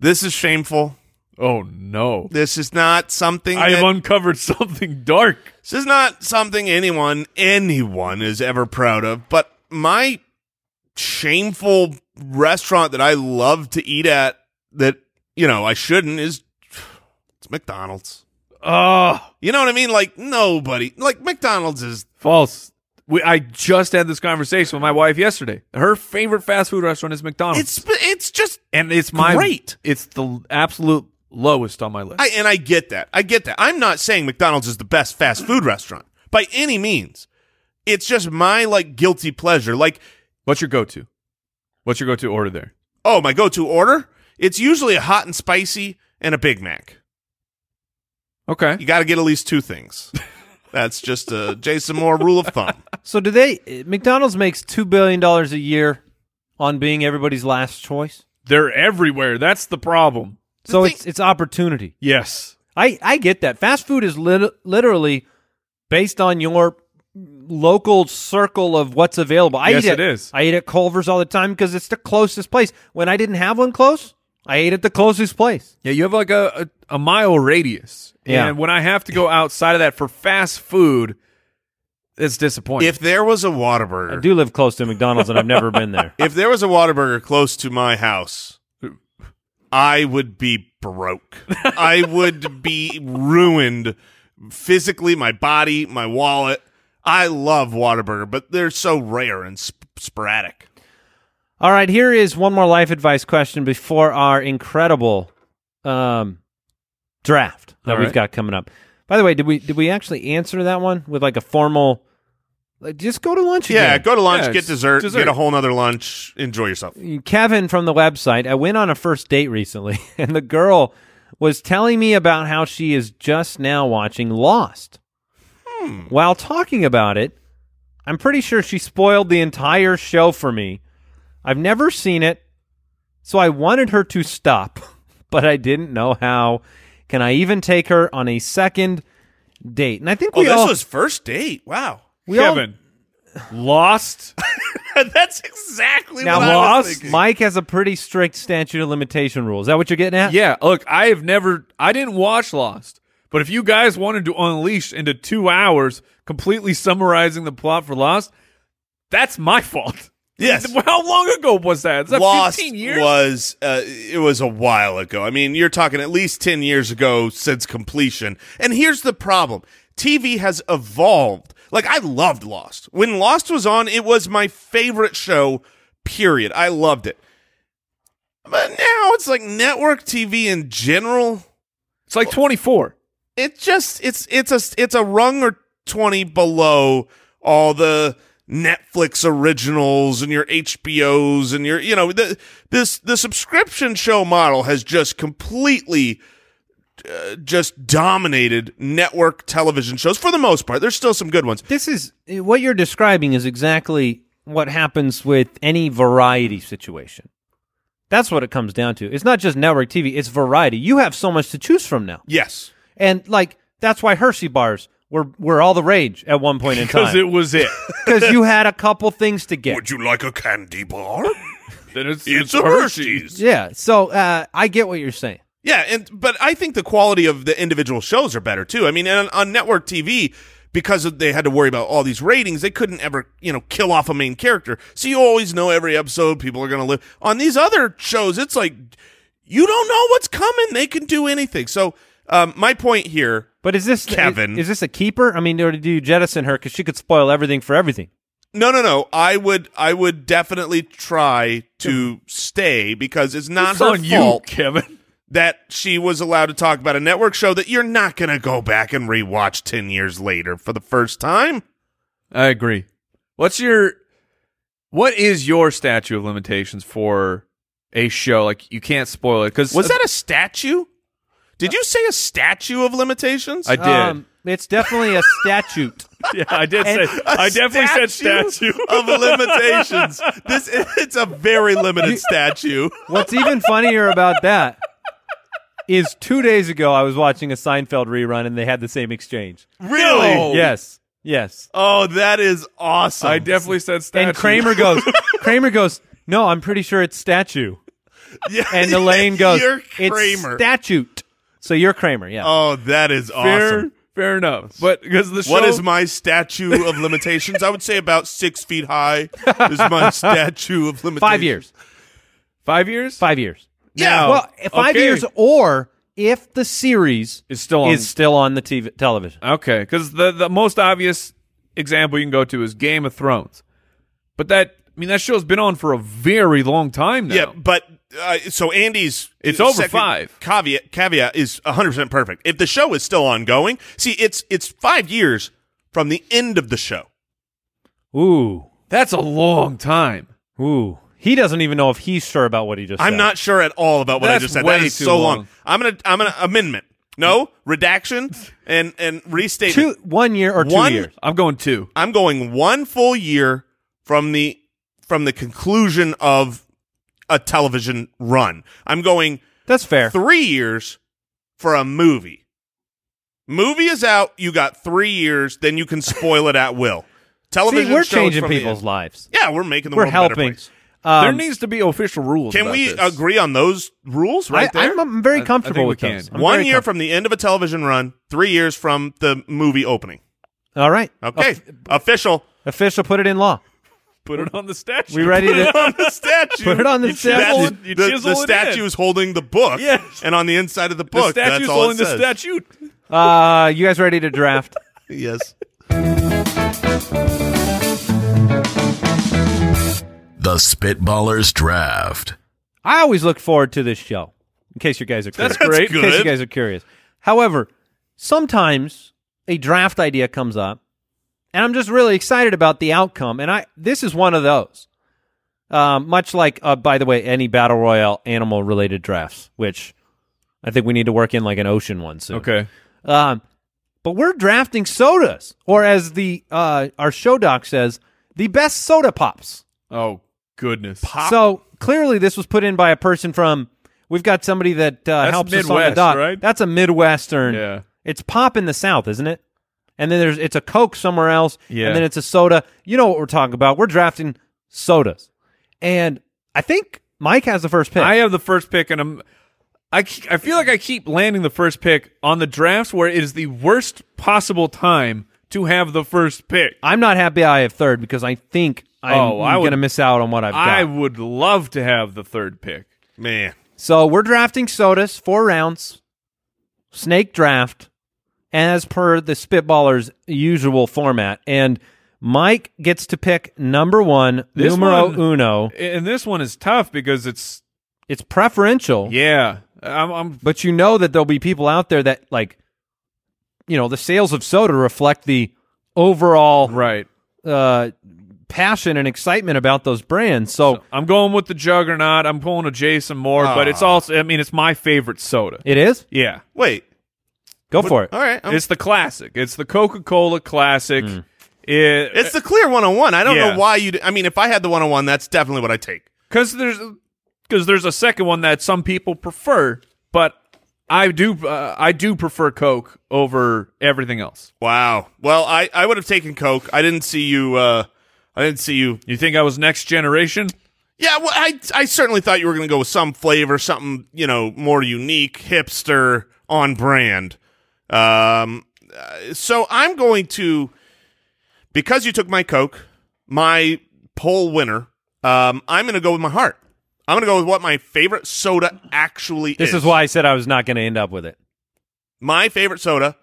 A: This is shameful.
D: Oh no!
A: This is not something
D: I
A: that-
D: have uncovered something dark.
A: This is not something anyone anyone is ever proud of, but my shameful restaurant that I love to eat at that, you know, I shouldn't is it's McDonald's.
D: Oh,
A: You know what I mean? Like nobody. Like McDonald's is
D: false. We, I just had this conversation with my wife yesterday. Her favorite fast food restaurant is McDonald's,
A: it's it's just
D: and it's my
A: great.
D: It's the absolute lowest on my list.
A: I and I get that. I get that. I'm not saying McDonald's is the best fast food restaurant by any means. It's just my like guilty pleasure. Like
D: What's your go-to? What's your go-to order there?
A: oh, my go-to order, it's usually a hot and spicy and a Big Mac.
D: Okay.
A: You got to get at least two things. That's just a Jason Moore rule of thumb.
C: so do they? McDonald's makes two billion dollars a year on being everybody's last choice.
D: They're everywhere. That's the problem.
C: So
A: thing-
C: it's it's opportunity.
D: Yes.
C: I I get that. Fast food is lit- literally based on your local circle of what's available. I
D: Yes,
C: eat at,
D: it is.
C: I eat at Culver's all the time because it's the closest place. When I didn't have one close, I ate at the closest place.
D: Yeah, you have like a, a, a mile radius.
C: Yeah.
D: And when I have to go outside of that for fast food, it's disappointing.
A: If there was a
C: I
A: Whataburger,
C: do live close to McDonald's and I've never been there.
A: if there was a Whataburger close to my house, I would be broke. I would be ruined physically, my body, my wallet. I love Whataburger, but they're so rare and sp- sporadic.
C: All right, here is one more life advice question before our incredible um, draft that
D: All
C: we've
D: right.
C: got coming up. By the way, did we did we actually answer that one with like a formal? Like, just go to lunch.
A: Yeah,
C: again?
A: go to lunch,
D: Yeah,
A: get
D: it's
A: dessert,
D: dessert.
A: get a whole nother lunch, enjoy yourself.
C: Kevin from the website, I went on a first date recently, and the girl was telling me about how she is just now watching Lost.
A: Hmm.
C: While talking about it, I'm pretty sure she spoiled the entire show for me. I've never seen it, so I wanted her to stop, but I didn't know how. Can I even take her on a second date? And I think
A: Oh,
C: we
A: this
C: all,
A: was first date. Wow.
C: we all-
D: Kevin, lost.
A: That's exactly
C: now
A: what I was
C: Lost.
A: thinking.
C: Mike has a pretty strict statute of limitation rule. Is that what you're getting at?
D: yeah, look, I have never, I didn't watch Lost, but if you guys wanted to unleash into two hours completely summarizing the plot for Lost, that's my fault.
A: Yes.
D: How long ago was that? Is that
A: Lost
D: 15 years?
A: was uh, it was a while ago. I mean, you're talking at least 10 years ago since completion. And here's the problem. TV has evolved. Like I loved Lost. When Lost was on, it was my favorite show, period. I loved it. But now it's like network TV in general,
D: It's like 24.
A: it just it's it's a it's a rung or 20 below all the Netflix originals and your HBOs and your you know the, this the subscription show model has just completely uh, just dominated network television shows for the most part there's still some good ones
C: This is what you're describing is exactly what happens with any variety situation. That's what it comes down to. It's not just network TV, it's variety. You have so much to choose from now.
A: yes
C: And like that's why Hershey bars were were all the rage at one point in
D: Because it
C: time
D: was it.
C: because you had a couple things to get.
A: would you like a candy bar
D: then it's,
A: it's a Hershey's
C: Yeah. So uh, I get what you're saying.
A: Yeah, and but I think the quality of the individual shows are better too. I mean, on, on network TV, because of, they had to worry about all these ratings, they couldn't ever you know kill off a main character. So you always know every episode people are going to live. On these other shows, it's like you don't know what's coming. They can do anything. So um, my point here,
C: But is this
A: Kevin.
C: Is, this a keeper? I mean, or do you jettison her because she could spoil everything for everything?
A: no, no, no. I would I would definitely try to stay because it's not
D: It's
A: her
D: on you,
A: fault.
D: Kevin.
A: that she was allowed to talk about a network show that you're not going to go back and rewatch 10 years later for the first time.
D: I agree. What's your what is your statute of limitations for a show. Like you can't spoil it because
A: Was that a statue? Did you say a statue of limitations?
D: I did.
C: Um, it's definitely a statute.
D: yeah, I did say. I definitely said statue.
A: of limitations. This it's a very limited statue.
C: What's even funnier about that is two days ago I was watching a Seinfeld rerun and they had the same exchange.
A: Really?
D: No.
C: Yes, yes.
A: Oh, that is awesome.
D: I definitely said statue.
C: And Kramer goes, Kramer goes, no, I'm pretty sure it's statue.
A: Yeah,
C: And Elaine goes,
A: You're
C: it's
A: Kramer.
C: statute. So you're Kramer, yeah.
A: oh, that is
D: fair,
A: awesome.
D: fair enough. But because the show,
A: What is my statue of limitations? I would say about six feet high is my statue of limitations.
C: five years.
D: five years?
C: Five years.
A: Yeah.
C: Well, eh, five
D: okay.
C: years or if the series
D: It's still on.
C: is still on the TV, television.
D: Okay, because the the most obvious example you can go to is Game of Thrones, but that I mean that show's been on for a very long time now.
A: Yeah, but uh, so Andy's
D: It's
A: uh,
D: over
A: second
D: five.
A: caveat caveat is 100% perfect. If the show is still ongoing, see it's it's 5 years from the end of the show.
C: Ooh.
D: that's a long time.
C: Ooh. He doesn't even know if he's sure about what he just
A: I'm
C: said.
A: not sure at all about what I
D: That's
A: just said.
D: way
A: That is
D: too
A: so long.
D: long.
A: I'm going to I'm going to amendment. No, redaction and and restatement.
C: two one year or two
A: One-
C: years.
D: I'm going two.
A: I'm going one full year from the from the conclusion of a television run. I'm going
C: That's fair.
A: 3 years for a movie. Movie is out, you got 3 years, then you can spoil it at will. Television
C: See, we're
A: show is
C: changing
A: from the
C: people's
A: end.
C: lives.
A: Yeah, we're making the
C: We're
A: world a better
C: helping.
A: place.
D: there
C: Um,
D: needs to be official rules.
A: Can
D: about
A: we
D: this.
A: agree on those rules right
C: I,
A: there?
C: I'm, I'm very
D: I- I
C: comfortable
D: think
C: with
D: we
C: those.
D: can.
C: I'm
A: One
C: very
A: year
C: comf-
A: from the end of a television run, three years from the movie opening.
C: All right.
A: Okay,
C: Of-
A: official.
C: official put it in law.
D: Put it on the statue.
C: We ready
A: Put it
C: to
A: on the statue.
C: put it on the
D: chisel
C: statute.
D: it- you
A: the,
D: chisel
A: the
D: it
A: statue
D: in.
A: is holding the book,
D: Yes.
A: and on the inside of the
D: The
A: book, that's
D: statue's
A: all
D: holding
A: it says.
D: the statute.
C: Uh, you guys ready to draft?
A: Yes.
B: The Spitballers Draft.
C: I always look forward to this show. In case you guys are curious.
A: That's
C: In case you
A: good.
C: guys are curious. However, sometimes a draft idea comes up, and I'm just really excited about the outcome. And I this is one of those. Um, much like, uh, by the way, any battle royale animal related drafts, which I think we need to work in like an ocean one soon.
D: Okay.
C: Um, but we're drafting sodas, or as the uh, our show doc says, the best soda pops.
D: Oh goodness.
C: So clearly, this was put in by a person from. We've got somebody that uh,
D: That's
C: helps us on the
D: Midwest,
C: dock.
D: right?
C: That's a Midwestern.
D: Yeah.
C: It's pop in the South, isn't it? And then there's it's a Coke somewhere else.
D: Yeah.
C: And then it's a soda. You know what we're talking about? We're drafting sodas, and I think Mike has the first pick.
D: I have the first pick, and I'm. I, ke- I feel like I keep landing the first pick on the drafts where it is the worst possible time to have the first pick.
C: I'm not happy I have third because I think I'm,
D: Oh, I would-
C: going to miss out on what I've got.
D: I would love to have the third pick.
A: Man,
C: So we're drafting sodas, four rounds, snake draft, as per the Spitballers' usual format. And Mike gets to pick number one,
D: This
C: numero
D: one-
C: uno.
D: And this one is tough because it's
C: It's preferential,
D: yeah. I'm, I'm
C: but you know that there'll be people out there that like, you know, the sales of soda reflect the overall
D: right.
C: uh, passion and excitement about those brands. So,
D: I'm going with the juggernaut. I'm going to Jason Moore, but
C: Ah.
D: it's also I mean it's my favorite soda.
C: it is.
D: Yeah,
A: wait.
C: Go for it.
A: All right, I'm-
D: it's the classic. It's the Coca Cola classic.
C: Hmm.
D: It-
A: it's the clear one on one. I don't
D: Yeah.
A: know why you. I mean, if I had the one on one, that's definitely what I take.
D: because there's because there's a second one that some people prefer, but I do uh, I do prefer Coke over everything else.
A: Wow. Well, I I would have taken Coke. I didn't see you. uh I didn't see you.
D: You think I was next generation?
A: Yeah, well, I I certainly thought you were going to go with some flavor, something you know more unique, hipster, on brand. Um, uh, so I'm going to because you took my Coke, my poll winner. Um, I'm going to go with my heart. I'm going to go with what my favorite soda actually
C: This
A: is.
C: is why I said I was not going to end up with it.
A: my favorite soda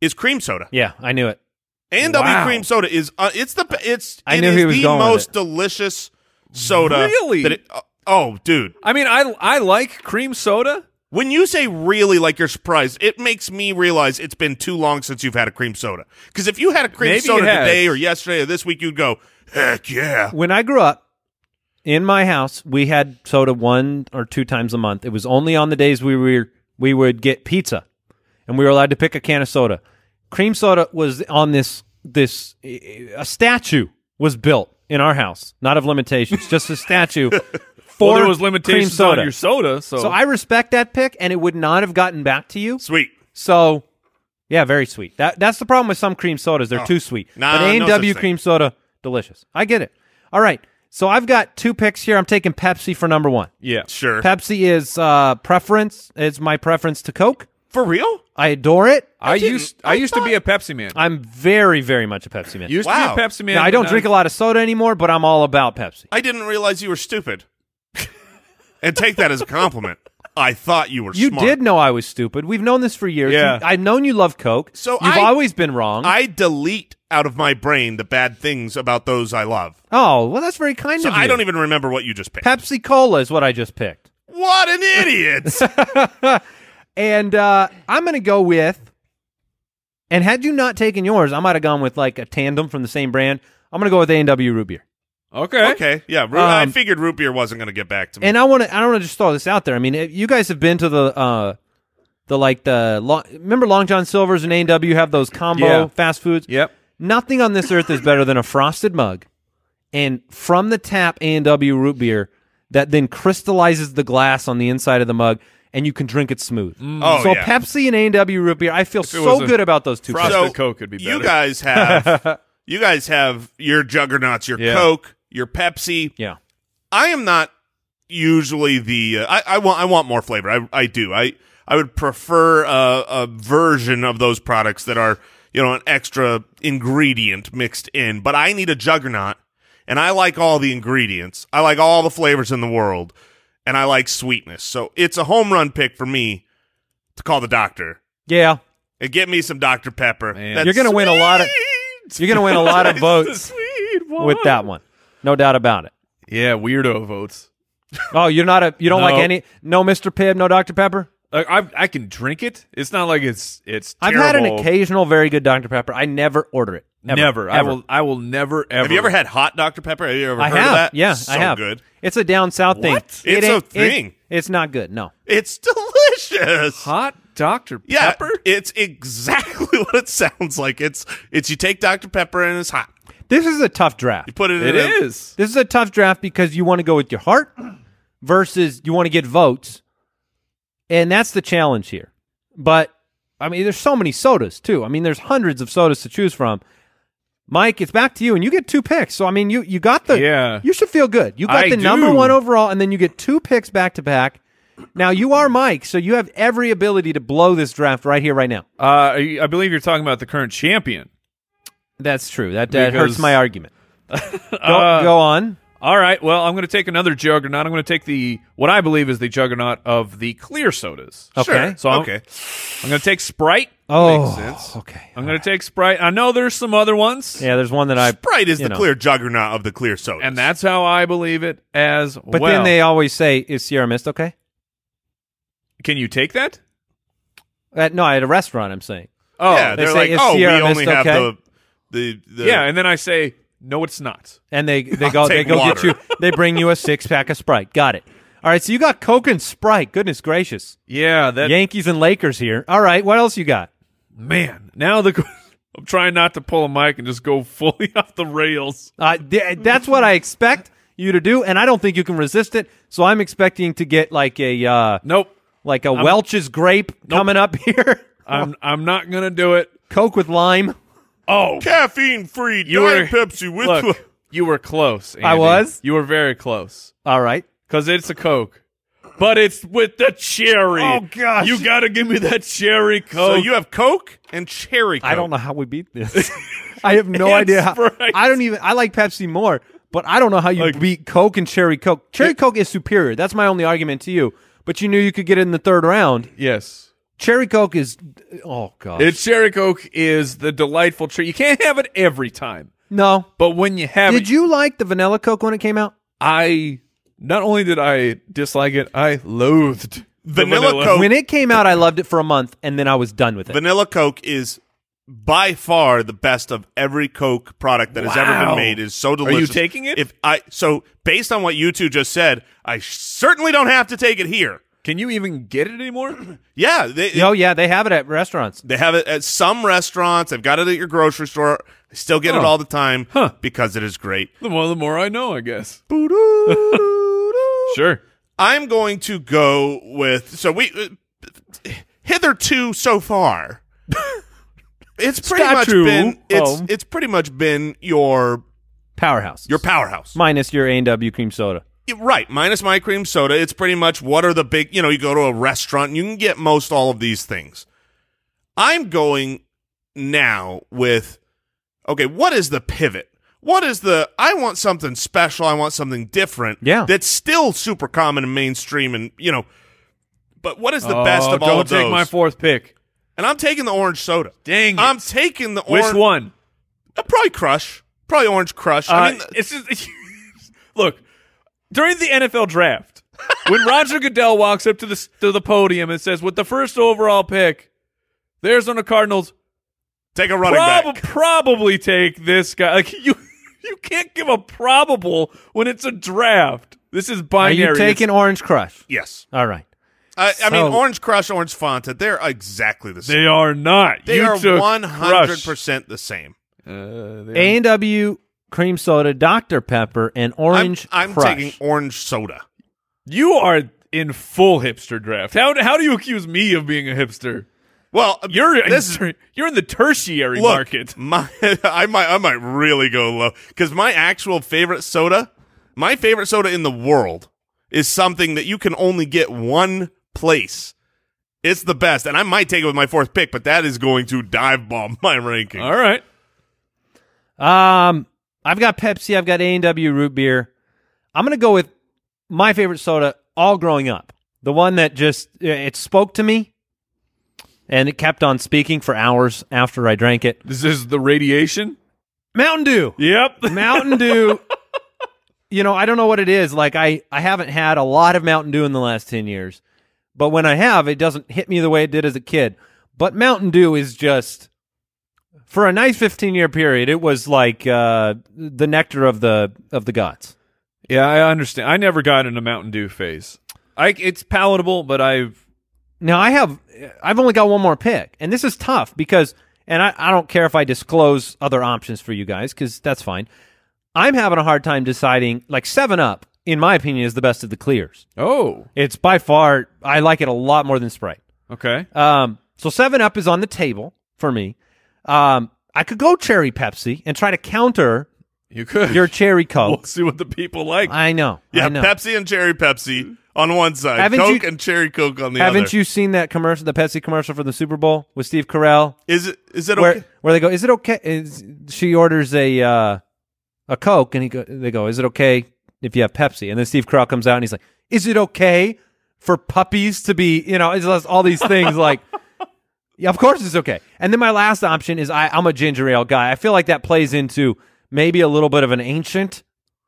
A: is cream soda.
C: Yeah, I knew it.
A: A&W
D: Wow.
A: cream soda is uh, it's the it's
C: I
A: it
C: knew
A: is
C: he was
A: the
C: going with
A: most
C: it.
A: delicious soda.
D: Really?
A: that it- oh, dude.
D: I mean, I I like cream soda.
A: When you say really like you're surprised, it makes me realize it's been too long since you've had a cream soda. Because if you had a cream
D: Maybe it
A: soda
D: has.
A: today or yesterday or this week, you'd go, heck yeah.
C: When I grew up, in my house, we had soda one or two times a month. It was only on the days we were we would get pizza, and we were allowed to pick a can of soda. Cream soda was on this this a statue was built in our house, not of limitations, just a statue. For
D: well, there was
C: cream
D: limitations
C: soda.
D: on your soda, so,
C: So I respect that pick, and it would not have gotten back to you.
A: Sweet.
C: So, yeah, very sweet. That that's the problem with some cream sodas; they're too sweet.
A: Oh. nah,
C: but A and
A: no such
C: W
A: thing.
C: cream soda, delicious. I get it. All right, so I've got two picks here. I'm taking Pepsi for number one.
D: yeah,
A: Sure.
C: Pepsi is uh, preference. It's my preference to Coke.
A: For real?
C: I adore it.
D: I used I, used to be a Pepsi man.
C: I'm very, very much a Pepsi man.
D: used
A: Wow.
D: to be a Pepsi man.
C: Now, I don't
D: and
C: drink a lot of soda anymore, but I'm all about Pepsi.
A: I didn't realize you were stupid. and take that as a compliment. I thought you were
C: You
A: smart.
C: did know I was stupid. We've known this for years.
D: Yeah.
C: You- I've known you love Coke.
A: So
C: you've
A: I-
C: always been wrong.
A: I delete out of my brain the bad things about those I love.
C: oh, well, that's very kind
A: So
C: of you.
A: I don't even remember what you just picked.
C: Pepsi Cola is what I just picked.
A: what an idiot!
C: And uh, I'm going to go with, and had you not taken yours, I might have gone with like a tandem from the same brand. I'm going to go with A&W root beer.
D: Okay.
A: okay, yeah, root- I
C: Um,
A: figured root beer wasn't going to get back to me.
C: And I want to, I don't want to just throw this out there. I mean, if you guys have been to the, uh, the like the, lo- remember Long John Silver's and A&W have those combo
D: Yeah.
C: fast foods?
D: Yep.
C: Nothing on this earth is better than a frosted mug and from the tap A&W root beer that then crystallizes the glass on the inside of the mug and you can drink it smooth.
A: Oh,
C: so
A: yeah.
C: Pepsi and A&W root beer, I feel so
D: was a
C: good about those two.
D: frost-
C: products.
A: so
D: Frosted Coke would be
A: You
D: better.
A: guys have you guys have your juggernauts, your
D: Yeah.
A: Coke, your Pepsi.
C: yeah.
A: I am not usually the uh, I, I want I want more flavor. I I do. I I would prefer a, a version of those products that are you know an extra ingredient mixed in. But I need a juggernaut, and I like all the ingredients. I like all the flavors in the world, and I like sweetness. So it's a home run pick for me to call the doctor
C: Yeah.
A: and get me some Dr Pepper. That's
C: You're going to win a lot of
A: sweet.
C: you're going to win a lot of votes
D: Sweet one.
C: with that one. No doubt about it.
D: Yeah, weirdo votes.
C: Oh, you're not a you don't like
D: No.
C: any no Mr. Pibb, no Dr. Pepper?
D: Like, I I can drink it. It's not like it's it's.
C: I've had an
D: terrible.
C: occasional very good Dr. Pepper. I never order it. Ever.
D: Never. I
C: Ever.
D: will. I will never ever.
A: Have you ever had hot Dr Pepper? Have you ever
C: I
A: heard
C: have.
A: of that?
C: Yeah,
A: so
C: I have.
A: Good.
C: It's a down south thing.
A: What? It's a
C: ain't-
A: thing.
C: it's not good. No.
A: It's delicious.
D: hot Dr
A: Yeah,
D: Pepper?
A: it's exactly what it sounds like. It's it's you take Dr Pepper and it's hot.
C: This is a tough draft.
A: You put it.
D: It
A: in a-
D: is.
C: This is a tough draft because you want to go with your heart versus you want to get votes. And that's the challenge here. But I mean there's so many sodas too. I mean there's hundreds of sodas to choose from. Mike, it's back to you and you get two picks. So I mean you you got the
D: Yeah.
C: you should feel good. You got
D: I
C: the number
D: do.
C: 1 overall and then you get two picks back to back. Now you are Mike, so you have every ability to blow this draft right here right now.
D: Uh, I I believe you're talking about the current champion.
C: That's true. That, that hurts
D: Because-
C: my argument. Uh, go, go on.
D: All right. Well, I'm going to take another juggernaut. I'm going to take the what I believe is the juggernaut of the clear sodas.
A: Sure.
C: Okay.
D: So I'm-
A: okay.
D: I'm going to take Sprite.
C: Oh,
A: sense.
C: okay.
D: I'm going to take Sprite. I know there's some other ones,
C: Yeah, there's one that I
A: Sprite is
C: you
A: the
C: know.
A: clear juggernaut of the clear soda.
D: and that's how I believe it as
C: But
D: well.
C: then they always say, "Is Sierra Mist okay?"
D: can you take that?
C: At, no, at a restaurant, I'm saying.
D: Oh,
A: yeah,
C: they
A: they're
C: say
A: like,
C: it's
A: oh, we
C: Sierra
A: only
C: Mist,
A: have
C: okay?
A: the the the
D: yeah. And then I say no, it's not.
C: And they they
A: I'll
C: go they
A: take
C: go get
A: water.
C: you. They bring you a six pack of Sprite. Got it. All right, so you got Coke and Sprite. Goodness gracious,
D: Yeah. That
C: Yankees and Lakers here. All right, what else you got?
D: man. Now the I'm trying not to pull a mic and just go fully off the rails.
C: Uh, th- that's what I expect you to do, and I don't think you can resist it. So I'm expecting to get like a uh,
D: Nope.
C: like a Welch's grape coming up here.
D: I'm I'm not gonna do it.
C: Coke with lime.
D: Oh,
A: caffeine free
D: you
A: diet
D: were
A: Pepsi with
D: Look, you were close. Andy.
C: I was?
D: You were very close.
C: All right.
D: Cause it's a Coke, but it's with the cherry.
C: Oh, gosh.
D: You gotta give me that cherry
A: so
D: Coke.
A: you have Coke and cherry. Coke.
C: I don't know how we beat this. I have no
D: And
C: idea. How,
D: Sprite.
C: I don't even. I like Pepsi more, but I don't know how you beat Coke and Cherry Coke. Cherry Coke is superior. That's my only argument to you. But you knew you could get it in the third round.
D: yes,
C: Cherry Coke is. Oh god.
D: it's cherry Coke is the delightful treat. You can't have it every time,
C: no.
D: but when you have
C: Did
D: it,
C: you like the vanilla Coke when it came out?
D: I not only did I dislike it, I loathed the
A: Vanilla Coke.
C: When it came out, I loved it for a month, and then I was done with it.
A: Vanilla Coke is by far the best of every Coke product that has ever
D: Wow.
A: been made. It Is so
D: you
A: delicious.
D: taking it?
A: If I so based on what you two just said, I certainly don't have to take it here.
D: Can you even get it anymore?
A: Yeah, they,
C: Oh yeah, they have it at restaurants.
A: they have it at some restaurants. I've got it at your grocery store. I still get it
D: Huh.
A: all the time
D: Huh.
A: because it is great.
D: the more, the more I know, I guess.
A: Boo-doo-doo-doo.
D: Sure.
A: I'm going to go with so we uh, hitherto so far. It's pretty much
D: Statue
A: been it's
D: home.
A: it's pretty much been your
C: Powerhouse.
A: your powerhouse.
C: minus your A and W cream soda.
A: Yeah, Right, minus my cream soda. It's pretty much what are the big, you know, you go to a restaurant and you can get most all of these things. I'm going now with okay, what is the pivot? What is the I want something special, I want something different
C: Yeah.
A: that's still super common and mainstream and, you know, but what is the best of
D: Oh, don't
A: all of
D: Uh, take
A: those?
D: my fourth pick.
A: and I'm taking the orange soda.
D: Dang it.
A: I'm taking the
D: Which
A: orange
D: one?
A: uh, probably crush. Probably orange crush.
D: Uh,
A: I mean,
D: it's just look during the NFL draft when Roger Goodell walks up to the to the podium and says, "With the first overall pick, the Arizona Cardinals
A: take a running
D: prob-
A: back.
D: probably take this guy." Like you, you can't give a probable when it's a draft. This is
C: Are
D: binary.
C: you
D: It's-
C: taking Orange Crush?
A: Yes.
C: All right.
A: I, I mean,
C: So-
A: Orange Crush, Orange Fanta, they're exactly the same.
D: They are not.
A: They
D: you
A: are
D: took
A: one hundred
D: Crush.
A: percent the same.
D: Uh, they
C: A and W cream soda, Dr Pepper, and
A: I'm,
C: Orange
A: I'm
C: Crush.
A: taking orange soda.
D: You are in full hipster draft. How do, how do you accuse me of being a hipster?
A: Well,
D: You're in,
A: this is
D: you're in the tertiary
A: look,
D: market.
A: My I might I might really go low because my actual favorite soda, my favorite soda in the world, is something that you can only get one place. It's the best, and I might take it with my fourth pick, but that is going to dive bomb my ranking.
D: All right.
C: Um, I've got Pepsi. I've got A and W root beer. I'm gonna go with my favorite soda all growing up. The one that just eh, it spoke to me, and it kept on speaking for hours after I drank it.
D: This is the radiation.
C: Mountain Dew.
D: Yep.
C: Mountain Dew. You know, I don't know what it is. Like I, I haven't had a lot of Mountain Dew in the last ten years, but when I have, it doesn't hit me the way it did as a kid. But Mountain Dew is just for a nice fifteen year period. It was like uh, the nectar of the of the gods.
D: Yeah, I understand. I never got into Mountain Dew phase. I it's palatable, but I've
C: Now I have, I've only got one more pick, and this is tough because, and I, I don't care if I disclose other options for you guys because that's fine. I'm having a hard time deciding. Like Seven Up, in my opinion, is the best of the clears.
D: oh
C: It's by far I like it a lot more than Sprite.
D: okay.
C: Um, so Seven Up is on the table for me. Um, I could go cherry Pepsi and try to counter
D: You could.
C: your cherry
D: we'll
C: Coke.
D: see what the people like.
C: I know.
A: Yeah,
C: I know.
A: Pepsi and cherry Pepsi on one side,
C: Haven't
A: Coke
C: you-
A: and cherry Coke on the other.
C: Haven't you seen that commercial, the Pepsi commercial for the Super Bowl with Steve Carell,
A: Is it is it
C: where
A: okay?
C: where they go, "Is it okay?" Is, she orders a uh, a Coke, and he go, they go, "Is it okay if you have Pepsi?" And then Steve Carell comes out and he's like, "Is it okay for puppies to be?" You know, it's just all these things like. Yeah, of course it's okay. And then my last option is I, I'm a ginger ale guy. I feel like that plays into maybe a little bit of an ancient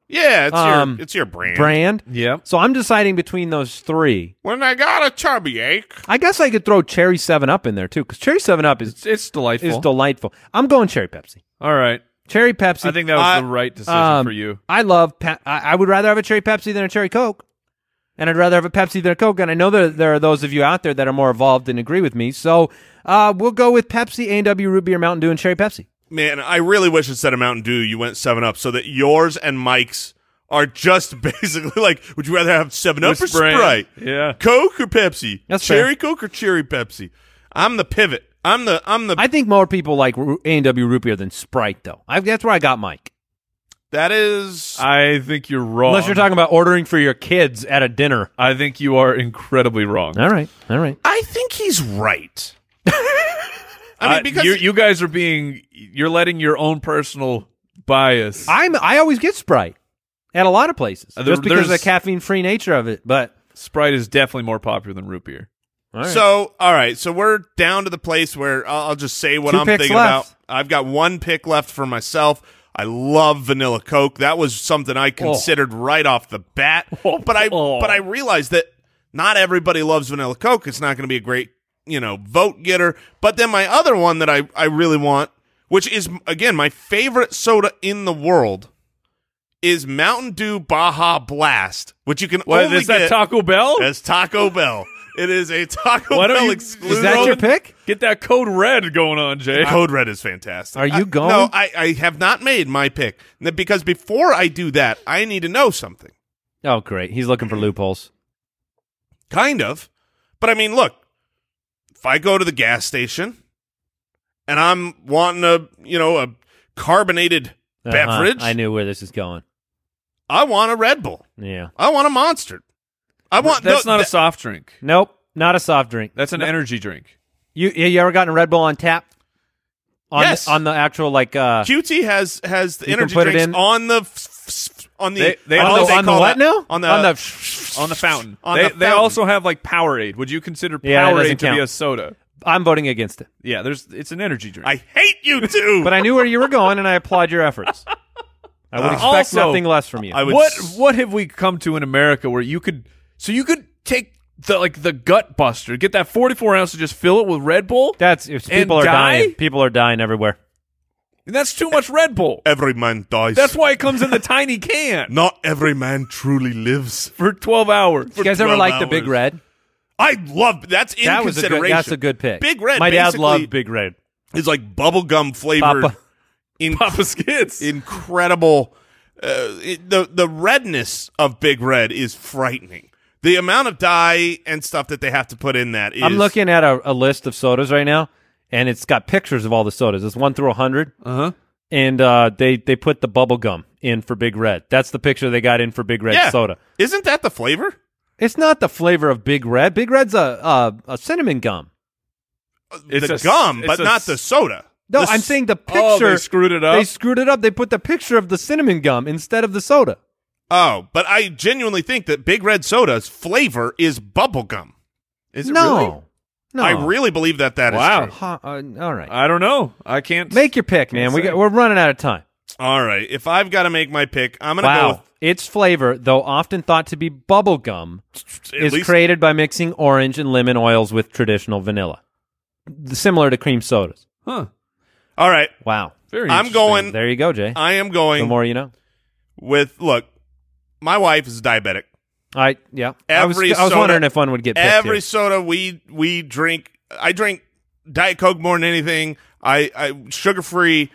A: Yeah, it's
C: Um,
A: your it's your brand.
C: brand.
D: yeah.
C: So I'm deciding between those three.
A: When I got a chubby ache,
C: I guess I could throw Cherry 7 Up in there too, because Cherry 7 Up is,
D: It's, it's delightful.
C: is delightful. I'm going Cherry Pepsi.
D: All right.
C: Cherry Pepsi.
D: I think that was
A: I-
D: the right decision
C: um,
D: for you.
C: I love. Pe- I, I would rather have a cherry Pepsi than a cherry Coke, and I'd rather have a Pepsi than a Coke. And I know that there are those of you out there that are more evolved and agree with me. So uh, we'll go with Pepsi, A and W, root beer, Mountain Dew, and cherry Pepsi.
A: man, I really wish instead of Mountain Dew, you went Seven Up, so that yours and Mike's are just basically like, would you rather have Seven Up or
D: With Sprite.
A: Sprite,
D: Yeah.
A: Coke or Pepsi,
C: That's
A: cherry Coke or cherry Pepsi? I'm the pivot. I'm the I'm the.
C: I think more people like A and W root beer than Sprite, though. I, that's where I got Mike.
A: that is
D: I think you're wrong.
C: Unless you're talking about ordering for your kids at a dinner.
D: I think you are incredibly wrong.
C: All right, all right.
A: I think he's right. I mean,
D: Uh,
A: because
D: you you guys are being you're letting your own personal bias.
C: I'm. I always get Sprite at a lot of places
D: Uh, there-
C: just because of the
D: there's-
C: caffeine-free nature of it. But
D: Sprite is definitely more popular than root beer.
C: all right.
A: So, all right. So we're down to the place where I'll, I'll just say what
C: Two
A: I'm
C: picks
A: thinking
C: left.
A: about. I've got one pick left for myself. I love vanilla Coke. That was something I considered right off the bat.
D: Oh,
A: but I
D: oh.
A: but I realized that not everybody loves vanilla Coke. It's not going to be a great you know, vote getter. But then my other one that I, I really want, which is again my favorite soda in the world, is Mountain Dew Baja Blast, which you can
D: What
A: only
D: is that
A: get
D: Taco Bell?
A: as Taco Bell. It is a Taco
D: Why don't
A: Bell
D: you-
A: exclusive.
C: Is that your pick?
D: Get that code red going on, Jay.
A: Code Red is fantastic.
C: Are you
A: I-
C: going?
A: no, I, I have not made my pick N- because before I do that, I need to know something.
C: Oh, great. He's looking for loopholes.
A: Kind of. But I mean, look, if I go to the gas station and I'm wanting a, you know, a carbonated
C: Uh-huh.
A: beverage,
C: I knew where this is going.
A: I want a Red Bull.
C: Yeah.
A: I want a Monster. I want
D: That's
A: no,
D: not a
A: th-
D: soft drink.
C: Nope. Not a soft drink.
D: That's an energy drink.
C: You you you ever gotten a Red Bull on tap? On
A: Yes.
C: The, on the actual like uh
A: QT has has the
C: You can
A: energy
C: put it
A: drinks
C: in-
A: on the f- f- f- on the
D: They- they
A: I don't know
D: also-
A: they
C: on the
A: call
C: what
A: that-
C: now?
A: on the
C: On the-
D: On the fountain.
A: On the
D: they, they
A: fountain.
D: also have like Powerade. Would you consider
C: Yeah, that
D: Powerade to
C: doesn't
D: be
C: count.
D: a soda?
C: I'm voting against it.
D: Yeah, there's it's an energy drink.
A: I hate you too.
C: But I knew where you were going and I applaud your efforts. I would expect
D: also-
C: nothing less from you.
A: I would
D: what
A: s-
D: what have we come to in America where you could so you could take the like the gut buster, get that 44 ounce and just fill it with Red Bull?
C: That's if
D: And
C: people are
D: die?
C: dying. People are dying everywhere.
D: And that's too much Red Bull.
A: every man dies.
D: That's why it comes in the tiny can
A: not every man truly lives.
D: for 12 hours.
C: You guys ever
A: 12
C: like the Big
A: hours.
C: Red?
A: I love that's in
C: That was a
A: consideration.
C: good, that's a good pick.
A: Big Red
C: My dad
A: basically
C: loved Big Red.
A: is like bubblegum flavored
C: Papa.
A: in
D: Papa Skids.
A: incredible uh, it, the the redness of Big Red is frightening. The amount of dye and stuff that they have to put in that is
C: I'm looking at a, a list of sodas right now, and it's got pictures of all the sodas. It's one through hundred,
D: Uh-huh.
C: and uh, they they put the bubble gum in for Big Red. That's the picture they got in for Big Red
A: yeah.
C: soda.
A: Isn't that the flavor?
C: It's not the flavor of Big Red. Big Red's a a, a cinnamon gum.
D: It's
A: the
D: a-
A: gum,
D: it's
A: but
D: a-
A: not the soda.
C: No,
A: The
C: I'm
A: s-
C: saying the picture.
D: Oh, they screwed it up.
C: They screwed it up. They put the picture of the cinnamon gum instead of the soda.
A: Oh, but I genuinely think that Big Red soda's flavor is bubblegum.
D: Is
C: no, no.
A: I really believe that that is
D: Wow.
A: true.
C: Ha- uh, all right.
D: I don't know. I can't
C: Make your pick, man. We
D: say.
C: got, we're running out of time.
A: All right, if I've got to make my pick, I'm gonna
C: Wow.
A: go with
C: Its flavor, though often thought to be bubble gum,
A: at
C: is
A: least
C: created by mixing orange and lemon oils with traditional vanilla, similar to cream sodas.
D: Huh.
A: All right,
C: Wow.
D: Very
A: I'm
D: interesting.
A: going.
C: There you go, Jay.
A: I am
C: The
A: going
C: more you know.
A: with. Look, my wife is diabetic.
C: All right. Yeah. I was,
A: Every
C: I was
A: soda-
C: wondering if one would get picked
A: Every
C: here.
A: soda we we drink, I drink Diet Coke more than anything. I, I sugar free,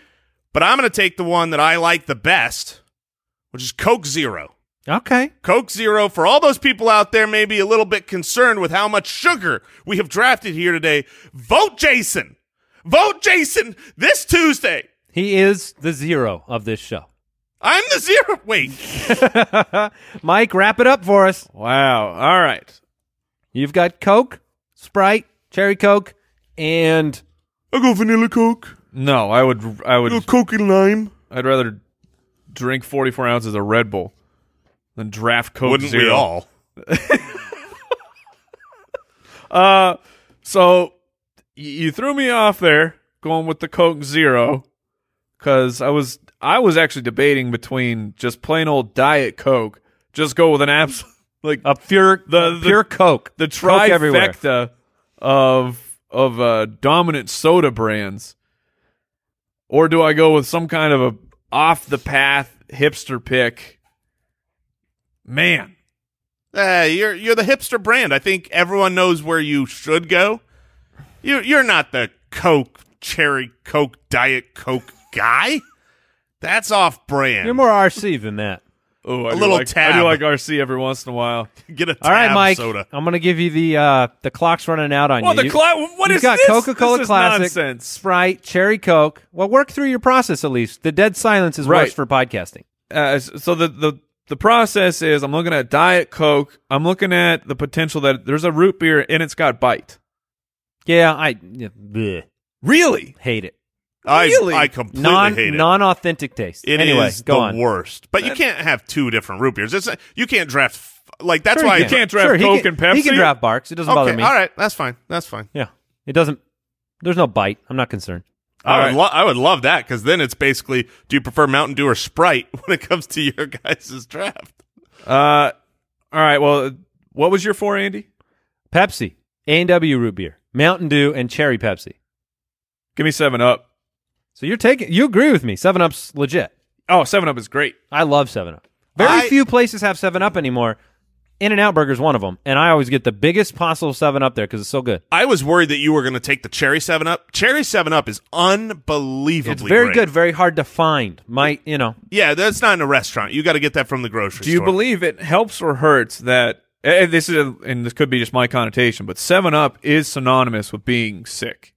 A: but I'm gonna take the one that I like the best, which is Coke Zero.
C: Okay.
A: Coke Zero, for all those people out there maybe a little bit concerned with how much sugar we have drafted here today, vote Jason. Vote Jason this Tuesday.
C: He is the zero of this show.
A: I'm the zero. Wait,
C: Mike, wrap it up for us.
D: Wow. All right.
C: You've got Coke, Sprite, Cherry Coke, and
A: I go vanilla Coke,
D: No, I would I would
A: Coke and lime.
D: I'd rather drink 44 ounces of Red Bull than draft Coke
A: Wouldn't
D: Zero.
A: we all?
D: Uh, so y- you threw me off there going with the Coke Zero because I was I was actually debating between just plain old Diet Coke, just go with an absolute like
C: a pure
D: The-
C: the,
D: the-
C: pure Coke.
D: the
C: Coke everywhere.
D: trifecta of of uh, dominant soda brands, or do I go with some kind of a off the path hipster pick? Man,
A: Uh, you're you're the hipster brand. I think everyone knows where you should go. You're you're not the Coke Cherry Coke Diet Coke guy. That's off brand.
C: You're more RC than that.
D: oh, a
A: little
D: like, I
A: tab.
D: do like RC every once in a while.
A: Get a tab
C: All right, Mike.
A: soda.
C: I'm gonna give you the uh, the clock's running out on
D: Well,
C: you.
D: the
C: You-
D: cla- what
C: you've
D: is
C: got
D: this?
C: Coca-Cola
D: This is
C: Classic,
D: nonsense.
C: Sprite, Cherry Coke. Well, work through your process at least. The dead silence is
D: Right.
C: worse for podcasting.
D: uh, so the the the process is I'm looking at Diet Coke. I'm looking at the potential that there's a root beer and it's got bite.
C: Yeah, I yeah, bleh,
D: Really?
C: hate it.
A: I
D: Really?
A: I completely
C: non
A: hate it.
C: non-authentic taste.
A: It is
C: anyway, go
A: the
C: on. Uh,
A: worst. But you can't have two different root beers. It's you can't draft f- like that's
C: Sure
A: why
C: he
A: I
C: can.
D: can't draft
C: Sure, he
D: Coke
C: can-
D: and Pepsi?
C: He can draft Barks. It doesn't
A: Okay,
C: bother me.
A: all right, that's fine. That's fine.
C: Yeah, it doesn't. There's no bite. I'm not concerned.
A: I would
D: right.
A: lo- I would love that because then it's basically do you prefer Mountain Dew or Sprite when it comes to your guys' draft?
D: Uh, all right. Well, what was your four, Andy?
C: Pepsi, A and W root beer. Mountain Dew, and cherry Pepsi.
D: Give me seven up.
C: So you're taking you agree with me. Seven Up's legit.
D: Oh, seven up is great.
C: I love Seven Up. Very
A: I-
C: few places have Seven Up anymore. In and Out Burger's one of them, and I always get the biggest possible Seven Up there because it's so good.
A: I was worried that you were going to take the cherry seven up. Cherry seven up is unbelievably.
C: It's very
A: great.
C: good, very hard to find. Might you know?
A: Yeah, that's not in a restaurant. You got to get that from the grocery.
D: Do you
A: store.
D: believe it helps or hurts that eh, this is a, and this could be just my connotation, but seven up is synonymous with being sick.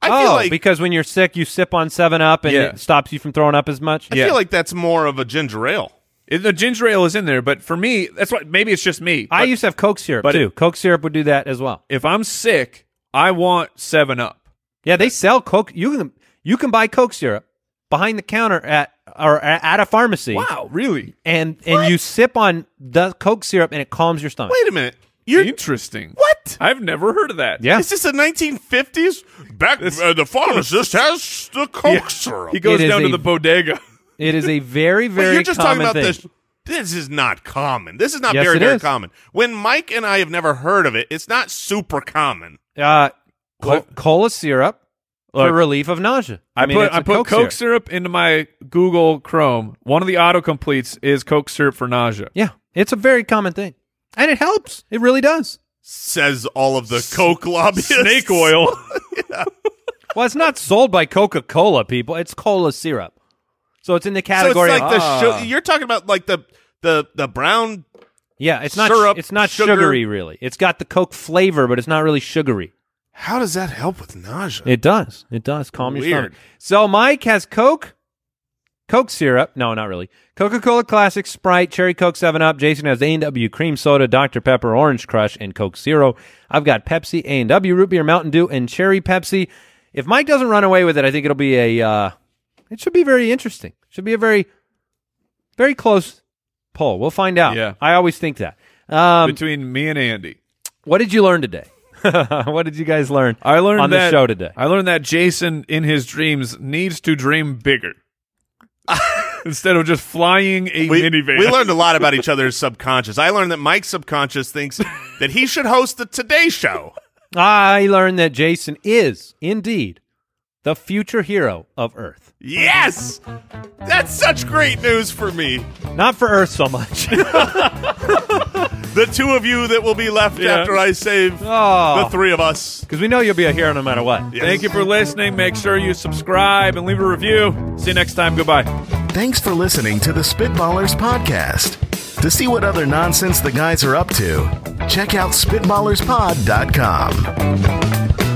A: I
C: oh,
A: feel like
C: because when you're sick, you sip on Seven Up, and
D: Yeah.
C: it stops you from throwing up as much.
A: I
D: yeah.
A: feel like that's more of a ginger ale.
D: It- the ginger ale is in there, but for me, that's what maybe it's just me.
C: I
D: but
C: used to have Coke syrup
D: but
C: too. Coke syrup would do that as well.
D: if I'm sick, I want seven up.
C: Yeah, they sell Coke. You can you can buy Coke syrup behind the counter at or at a pharmacy.
D: Wow, really
C: And and you sip on the Coke syrup, and it calms your stomach.
A: Wait a minute. You're
D: interesting.
A: what?
D: I've never heard of that.
C: yeah,
A: Is this the 1950s? Back uh, the pharmacist has the Coke syrup.
D: he goes
C: It is
D: down to
C: a-
D: the bodega.
C: it is a very very.
A: But you're just
C: common
A: talking about
C: thing.
A: this. This is not common. This is not
C: Yes,
A: very
C: it
A: very
C: is.
A: common. When Mike and I have never heard of it, it's not super common.
C: Uh, co-
D: What?
C: cola syrup
D: Look.
C: for relief of nausea.
D: I,
C: mean,
D: put
C: it's
D: I
C: a
D: put Coke, syrup. into my Google Chrome. One of the autocompletes is Coke syrup for nausea.
C: Yeah, it's a very common thing, and it helps. It really does.
A: Says all of the Coke lobbyists.
D: Snake oil.
C: Well, it's not sold by Coca Cola people. It's cola syrup, so it's in the
A: So it's
C: category. Ah.
A: like
C: of,
A: the shu- you're talking about like the the the brown.
C: yeah, it's not
A: syrup,
C: it's not
A: sugar.
C: sugary really. It's got the Coke flavor, but it's not really sugary.
A: How does that help with nausea?
C: It does. It does calm your
A: Weird.
C: stomach. So Mike has Coke, Coke syrup. No, not really. Coca Cola Classic, Sprite, Cherry Coke 7 Up. Jason has A&W Cream Soda, Dr. Pepper, Orange Crush, and Coke Zero. I've got Pepsi, A&W Root Beer, Mountain Dew, and Cherry Pepsi. If Mike doesn't run away with it, I think it'll be a. Uh, it should be very interesting. Should be a very, very close poll. We'll find out.
D: Yeah.
C: I always think that. Um,
D: Between me and Andy,
C: what did you learn today? what did you guys learn?
D: I learned
C: on
D: that,
C: the show today.
D: I learned that Jason, in his dreams, needs to dream bigger instead of just flying a
A: We,
D: minivan.
A: we learned a lot about each other's subconscious. I learned that Mike's subconscious thinks that he should host the Today Show.
C: I learned that Jason is indeed the future hero of Earth.
A: Yes, that's such great news for me.
C: Not for Earth so much.
A: The two of you that will be left
D: Yeah.
A: after I save the
C: oh,
A: three of us.
C: because we know you'll be a hero no matter what.
D: Thank you for listening. Make sure you subscribe and leave a review. See you next time. Goodbye.
B: Thanks for listening to the Spitballers Podcast. To see what other nonsense the guys are up to, check out SpitballersPod.com.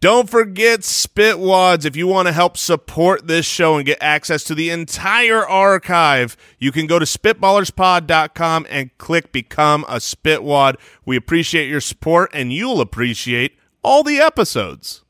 A: Don't forget Spitwads. If you want to help support this show and get access to the entire archive, you can go to spitballerspod.com and click Become a Spitwad. We appreciate your support, and you'll appreciate all the episodes.